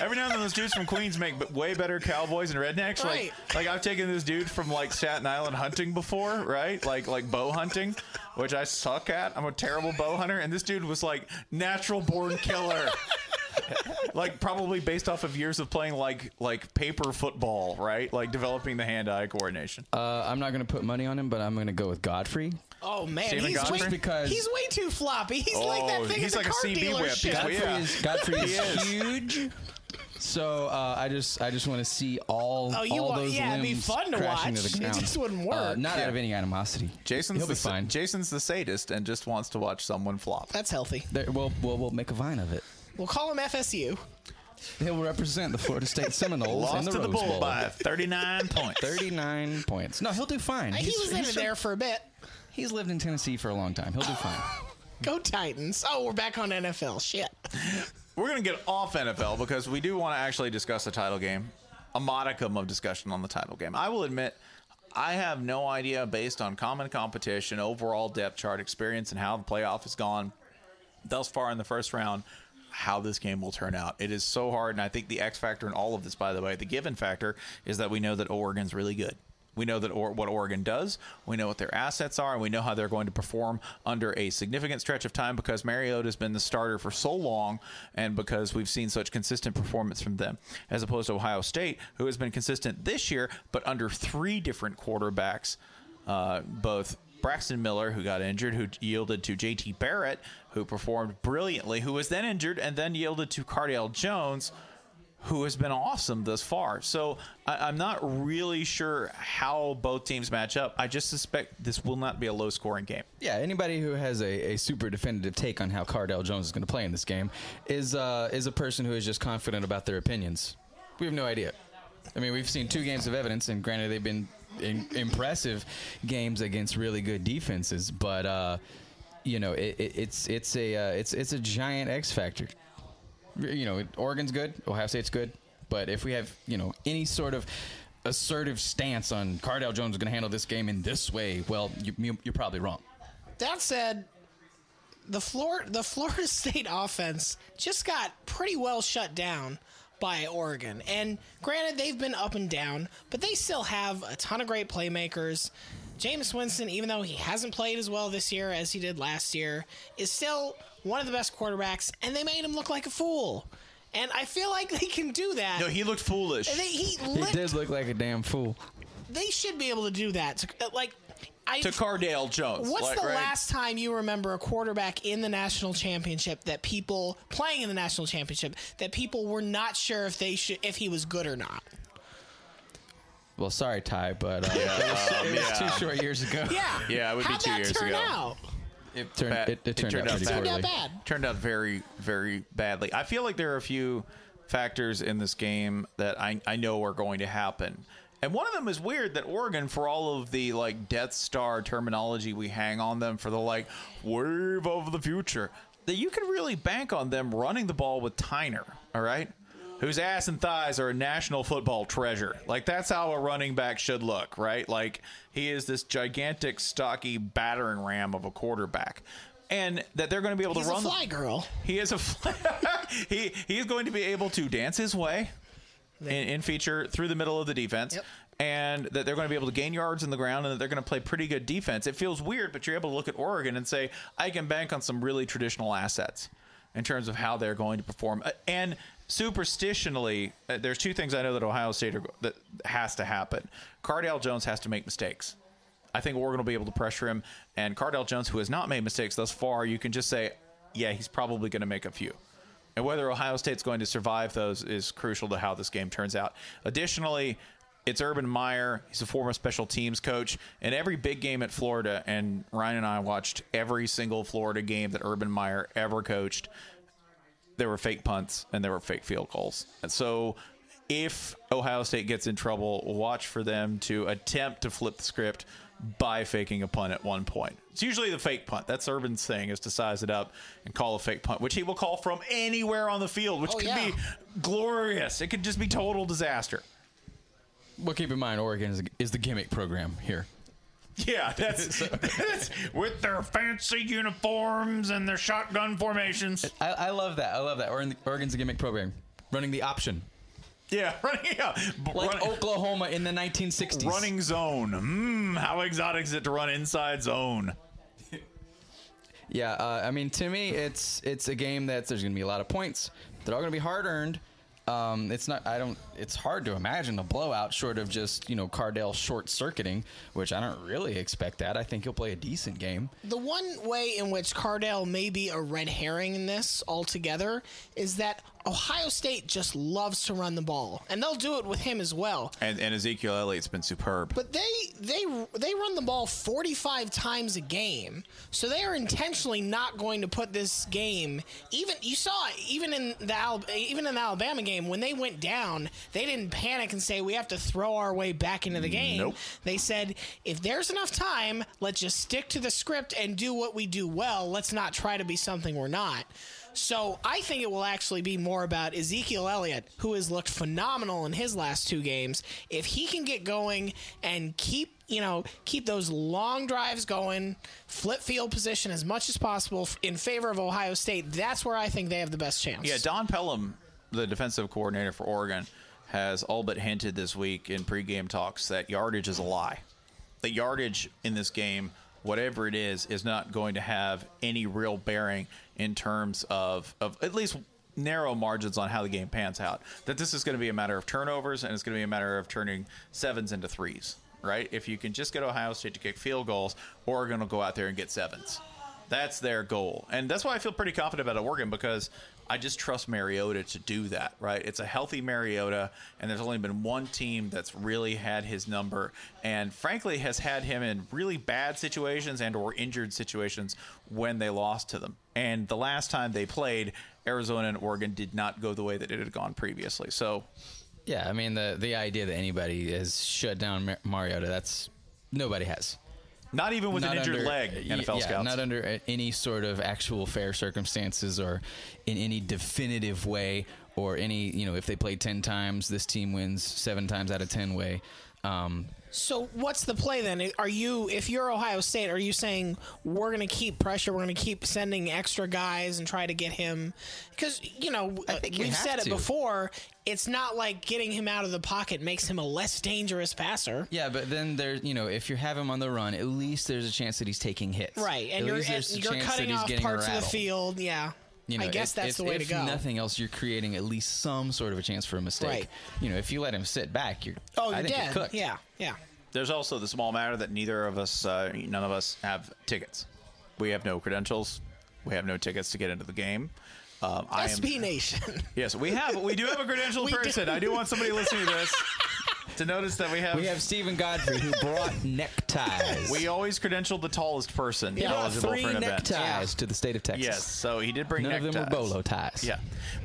Speaker 1: Every now and then, those dudes from Queens make b- way better cowboys and rednecks.
Speaker 3: Right.
Speaker 1: Like, like I've taken this dude from like Staten Island hunting before, right? Like, like bow hunting, which I suck at. I'm a terrible bow hunter, and this dude was like natural born killer. like probably based off of years of playing like like paper football, right? Like developing the hand-eye coordination.
Speaker 4: Uh, I'm not gonna put money on him, but I'm gonna go with Godfrey.
Speaker 3: Oh man,
Speaker 1: Stephen
Speaker 3: he's
Speaker 1: Godfrey?
Speaker 3: way,
Speaker 4: Because-
Speaker 3: he's way too floppy. He's like that
Speaker 4: Oh,
Speaker 3: thing
Speaker 4: he's
Speaker 3: at
Speaker 4: like
Speaker 3: the
Speaker 4: a
Speaker 3: car
Speaker 4: CB whip.
Speaker 3: dealership.
Speaker 4: Godfrey
Speaker 1: yeah.
Speaker 4: is, Godfrey
Speaker 1: He
Speaker 4: is,
Speaker 1: is.
Speaker 4: huge. So uh, I just I just want to see all
Speaker 3: Oh, you
Speaker 4: all
Speaker 3: want-
Speaker 4: those
Speaker 3: yeah, it'd
Speaker 4: limbs
Speaker 3: be fun to
Speaker 4: crashing
Speaker 3: watch.
Speaker 4: to the
Speaker 3: It
Speaker 4: ground.
Speaker 3: just wouldn't
Speaker 4: Uh,
Speaker 3: work.
Speaker 4: not
Speaker 1: Yeah.
Speaker 4: out of any animosity.
Speaker 1: Jason's
Speaker 4: He'll
Speaker 1: the
Speaker 4: be
Speaker 1: sa-
Speaker 4: fine.
Speaker 1: Jason's the sadist and just wants to watch someone flop.
Speaker 3: That's healthy.
Speaker 4: There, we'll, we'll we'll make a vine of it.
Speaker 3: We'll call him FSU.
Speaker 4: He'll represent the Florida State Seminoles
Speaker 1: Lost
Speaker 4: and the
Speaker 1: to the
Speaker 4: Rose
Speaker 1: Bull
Speaker 4: Bowl
Speaker 1: by 39 points.
Speaker 4: 39 points. No, he'll do fine.
Speaker 3: Hey, Uh, he was in
Speaker 4: from-
Speaker 3: there for a bit.
Speaker 4: He's lived in Tennessee for a long time. He'll do fine.
Speaker 3: Go Titans. Oh, we're back on NFL. Shit.
Speaker 1: We're going to get off NFL because we do want to actually discuss the title game, a modicum of discussion on the title game. I will admit, I have no idea based on common competition, overall depth chart experience, and how the playoff has gone thus far in the first round. How this game will turn out. It is so hard. And I think the X factor in all of this, by the way, the given factor is that we know that Oregon's really good. We know that or- what Oregon does. We know what their assets are, and we know how they're going to perform under a significant stretch of time because Mariota has been the starter for so long, and because we've seen such consistent performance from them, as opposed to Ohio State, who has been consistent this year, but under three different quarterbacks, uh, both Braxton Miller, who got injured, who yielded to JT Barrett, who performed brilliantly, who was then injured and then yielded to Cardale Jones, who has been awesome thus far. So I, I'm not really sure how both teams match up. I just suspect this will not be a low scoring game.
Speaker 4: Yeah, anybody who has a, a super definitive take on how Cardell Jones is going to play in this game is uh, is a person who is just confident about their opinions. We have no idea. I mean, we've seen two games of evidence, and granted, they've been in, impressive games against really good defenses, but uh, you know, it, it, it's it's a uh, it's it's a giant X factor. You know, Oregon's good, Ohio State's good, but if we have you know any sort of assertive stance on Cardell Jones is going to handle this game in this way, well, you, you, you're probably wrong.
Speaker 3: That said, the floor the Florida State offense just got pretty well shut down by Oregon. And granted they've been up and down, but they still have a ton of great playmakers. James Winston, even though he hasn't played as well this year as he did last year, is still one of the best quarterbacks and they made him look like a fool. And I feel like they can do that.
Speaker 1: No, he looked foolish.
Speaker 3: They, he
Speaker 4: He
Speaker 3: lit-
Speaker 4: did look like a damn fool.
Speaker 3: they should be able to do that. To- uh, Like I
Speaker 1: to Cardale Jones.
Speaker 3: What's
Speaker 1: like,
Speaker 3: the
Speaker 1: right?
Speaker 3: last time you remember a quarterback in the national championship that people playing in the national championship that people were not sure if they should if he was good or not?
Speaker 4: Well, sorry, Ty, but uh, it was, it was
Speaker 1: yeah.
Speaker 4: two short years ago.
Speaker 3: Yeah.
Speaker 1: Yeah, it would
Speaker 3: How'd
Speaker 1: be two
Speaker 3: that
Speaker 1: years
Speaker 3: turn
Speaker 1: ago.
Speaker 3: out?
Speaker 4: It turned,
Speaker 1: Bad-
Speaker 4: it, it turned, out pretty
Speaker 1: bad.
Speaker 3: Turned
Speaker 4: poorly.
Speaker 3: out bad.
Speaker 1: Turned out very, very badly. I feel like there are a few factors in this game that I, I know are going to happen. And one of them is weird that Oregon, for all of the like Death Star terminology we hang on them for the like wave of the future, that you can really bank on them running the ball with Tyner, all right? Whose ass and thighs are a national football treasure. Like, that's how a running back should look, right? Like, he is this gigantic, stocky battering ram of a quarterback. And that they're going to be able
Speaker 3: He's
Speaker 1: to
Speaker 3: a
Speaker 1: run the-
Speaker 3: fly girl.
Speaker 1: he is a fl- he he is going to be able to dance his way in, in feature through the middle of the defense. And that they're going to be able to gain yards in the ground and that they're going to play pretty good defense. It feels weird, but you're able to look at Oregon and say, I can bank on some really traditional assets in terms of how they're going to perform. Uh, And superstitionally, uh, there's two things I know that Ohio State are, that has to happen. Cardale Jones has to make mistakes. I think Oregon will be able to pressure him. And Cardell Jones, who has not made mistakes thus far, you can just say, yeah, he's probably going to make a few. And whether Ohio State's going to survive those is crucial to how this game turns out. Additionally, it's Urban Meyer. He's a former special teams coach. And every big game at Florida, and Ryan and I watched every single Florida game that Urban Meyer ever coached, there were fake punts and there were fake field goals. And so if Ohio State gets in trouble, watch for them to attempt to flip the script by faking a punt at one point. It's usually the fake punt. That's Urban's thing is to size it up and call a fake punt, which he will call from anywhere on the field, which
Speaker 3: Oh,
Speaker 1: could
Speaker 3: yeah.
Speaker 1: be glorious. It could just be total disaster.
Speaker 4: Well, keep in mind, Oregon is, is the gimmick program here.
Speaker 1: Yeah, that's, that's with their fancy uniforms and their shotgun formations.
Speaker 4: I, I love that. I love that. Oregon, Oregon's a gimmick program. Running the option.
Speaker 1: Yeah, running yeah,
Speaker 4: Like
Speaker 1: running-
Speaker 4: Oklahoma in the 1960s.
Speaker 1: Running zone. Mmm, how exotic is it to run inside zone?
Speaker 4: Yeah, uh, I mean, to me, it's it's a game that there's going to be a lot of points. They're all going to be hard earned. Um, it's not. I don't. It's hard to imagine a blowout short of just you know Cardell short circuiting, which I don't really expect that. I think he'll play a decent game.
Speaker 3: The one way in which Cardell may be a red herring in this altogether is that Ohio State just loves to run the ball, and they'll do it with him as well.
Speaker 1: And, and Ezekiel Elliott's been superb.
Speaker 3: But they they they run the ball 45 times a game, so they are intentionally not going to put this game. Even you saw it, even in the Al- even in the Alabama game when they went down, they didn't panic and say we have to throw our way back into the game.
Speaker 1: Nope.
Speaker 3: They said if there's enough time, let's just stick to the script and do what we do well. Let's not try to be something we're not. So I think it will actually be more about Ezekiel Elliott, who has looked phenomenal in his last two games. If he can get going and keep, you know, keep those long drives going, flip field position as much as possible f- in favor of Ohio State, that's where I think they have the best chance.
Speaker 1: Yeah, Don Pelham, the defensive coordinator for Oregon, has all but hinted this week in pregame talks that yardage is a lie. The yardage in this game, whatever it is, is not going to have any real bearing in terms of, of at least narrow margins on how the game pans out. That this is going to be a matter of turnovers and it's going to be a matter of turning sevens into threes. right? If you can just get Ohio State to kick field goals, Oregon will go out there and get sevens. That's their goal. And that's why I feel pretty confident about Oregon because I just trust Mariota to do that, right? It's a healthy Mariota, and there's only been one team that's really had his number and frankly has had him in really bad situations and or injured situations when they lost to them. And the last time they played, Arizona and Oregon did not go the way that it had gone previously. So
Speaker 4: Yeah, I mean the the idea that anybody has shut down Mar- Mariota, that's nobody has.
Speaker 1: Not even with an injured leg, NFL
Speaker 4: yeah,
Speaker 1: scouts.
Speaker 4: Not under a- any sort of actual fair circumstances or in any definitive way or any, you know, if they play 10 times, this team wins 7 times out of 10 way. Um,
Speaker 3: So what's the play then? Are you if you're Ohio State, are you saying we're going to keep pressure, we're going to keep sending extra guys and try to get him cuz you know
Speaker 4: you
Speaker 3: we've
Speaker 4: have
Speaker 3: said it
Speaker 4: to.
Speaker 3: before, it's not like getting him out of the pocket makes him a less dangerous passer.
Speaker 4: yeah, but then there, you know, if you have him on the run, at least there's a chance that he's taking hits.
Speaker 3: Right.
Speaker 4: At
Speaker 3: And you're
Speaker 4: least
Speaker 3: and
Speaker 4: there's a
Speaker 3: you're
Speaker 4: chance that
Speaker 3: cutting
Speaker 4: he's
Speaker 3: off
Speaker 4: getting a
Speaker 3: parts of the
Speaker 4: rattle.
Speaker 3: field. Yeah.
Speaker 4: You know,
Speaker 3: I guess
Speaker 4: if-
Speaker 3: that's
Speaker 4: if-
Speaker 3: the way
Speaker 4: if
Speaker 3: to go.
Speaker 4: nothing else, you're creating at least some sort of a chance for a mistake.
Speaker 3: Right.
Speaker 4: You know, if you let him sit back, you're
Speaker 3: oh,
Speaker 4: I
Speaker 3: you're
Speaker 4: think you're
Speaker 3: dead.
Speaker 4: cooked.
Speaker 3: yeah. Yeah.
Speaker 1: There's also the small matter that neither of us, uh, none of us have tickets. We have no credentials. We have no tickets to get into the game. Um, I am,
Speaker 3: SB Nation.
Speaker 1: yes, we have. We do have a credentialed
Speaker 3: We do.
Speaker 1: person. I do want somebody listening to this to notice that we have.
Speaker 4: We have Stephen Godfrey who brought neckties.
Speaker 1: We always credential the tallest person
Speaker 4: Yeah,
Speaker 1: eligible
Speaker 4: three
Speaker 1: for an event.
Speaker 4: neckties to the state of Texas.
Speaker 1: Yes, so he did bring
Speaker 4: None of them were
Speaker 1: neckties.
Speaker 4: bolo ties.
Speaker 1: Yeah,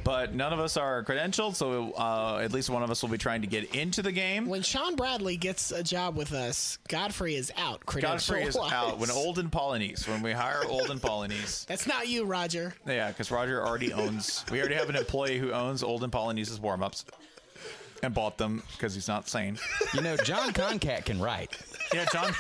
Speaker 1: but none of us are credentialed, so uh, at least one of us will be trying to get into the game.
Speaker 3: When Sean Bradley gets a job with us, Godfrey is out.
Speaker 1: Godfrey is
Speaker 3: credential-wise.
Speaker 1: out. When Olden Polynese, when we hire Olden Polynese,
Speaker 3: That's not you, Roger.
Speaker 1: Yeah, because Roger already owns. we already have an employee who owns Old and Polynese's warm ups, and bought them because he's not sane.
Speaker 4: You know, John Concat can write.
Speaker 1: Yeah, John.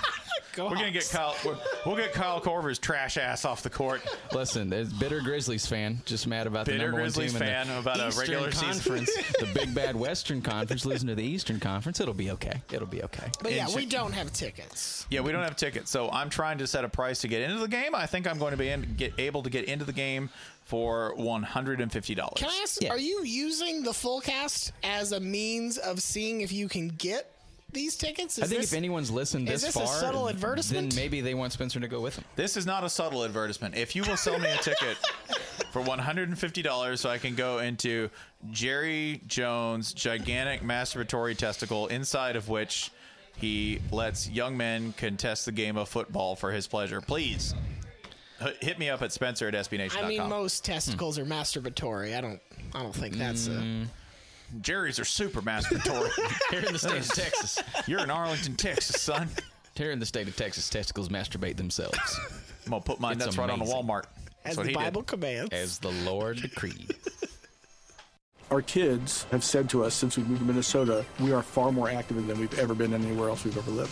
Speaker 1: we're gonna get Kyle. We're, we'll get Kyle Corver's trash ass off the court.
Speaker 4: Listen, there's bitter Grizzlies fan, just mad about the
Speaker 1: Bitter
Speaker 4: number
Speaker 1: Grizzlies
Speaker 4: one team in
Speaker 1: fan
Speaker 4: the
Speaker 1: about a
Speaker 4: Eastern
Speaker 1: regular season.
Speaker 4: conference, the Big Bad Western Conference, losing to the Eastern Conference. It'll be okay. It'll be okay.
Speaker 3: But yeah,
Speaker 1: And
Speaker 3: we
Speaker 1: Sha-
Speaker 3: don't have tickets.
Speaker 1: Yeah, we don't have tickets, so I'm trying to set a price to get into the game. I think I'm going to be in, get able to get into the game for 150. dollars
Speaker 3: Can I ask, are you using the full cast as a means of seeing if you can get these tickets?
Speaker 4: I think if anyone's listened
Speaker 3: is
Speaker 4: this,
Speaker 3: this a
Speaker 4: far,
Speaker 3: subtle advertisement?
Speaker 4: then maybe they want Spencer to go with them.
Speaker 1: This is not a subtle advertisement. If you will sell me a ticket for $150 so I can go into Jerry Jones' gigantic masturbatory testicle, inside of which he lets young men contest the game of football for his pleasure, please h- hit me up at spencer at sbnation.com.
Speaker 3: I mean, most testicles
Speaker 4: Hmm.
Speaker 3: are masturbatory. I don't. I don't think that's a.
Speaker 1: Jerry's are super masturbatory.
Speaker 4: Here in the state of Texas,
Speaker 1: You're in Arlington, Texas, son.
Speaker 4: here in the state of Texas, testicles masturbate themselves
Speaker 1: I'm going to put mine
Speaker 4: It's
Speaker 1: nuts right on the
Speaker 4: amazing.
Speaker 1: Walmart. That's
Speaker 3: As
Speaker 1: what
Speaker 3: the
Speaker 1: he did.
Speaker 3: Bible commands.
Speaker 4: as the Lord decreed.
Speaker 7: Our kids have said to us since we moved to Minnesota, we are far more active than we've ever been anywhere else we've ever lived.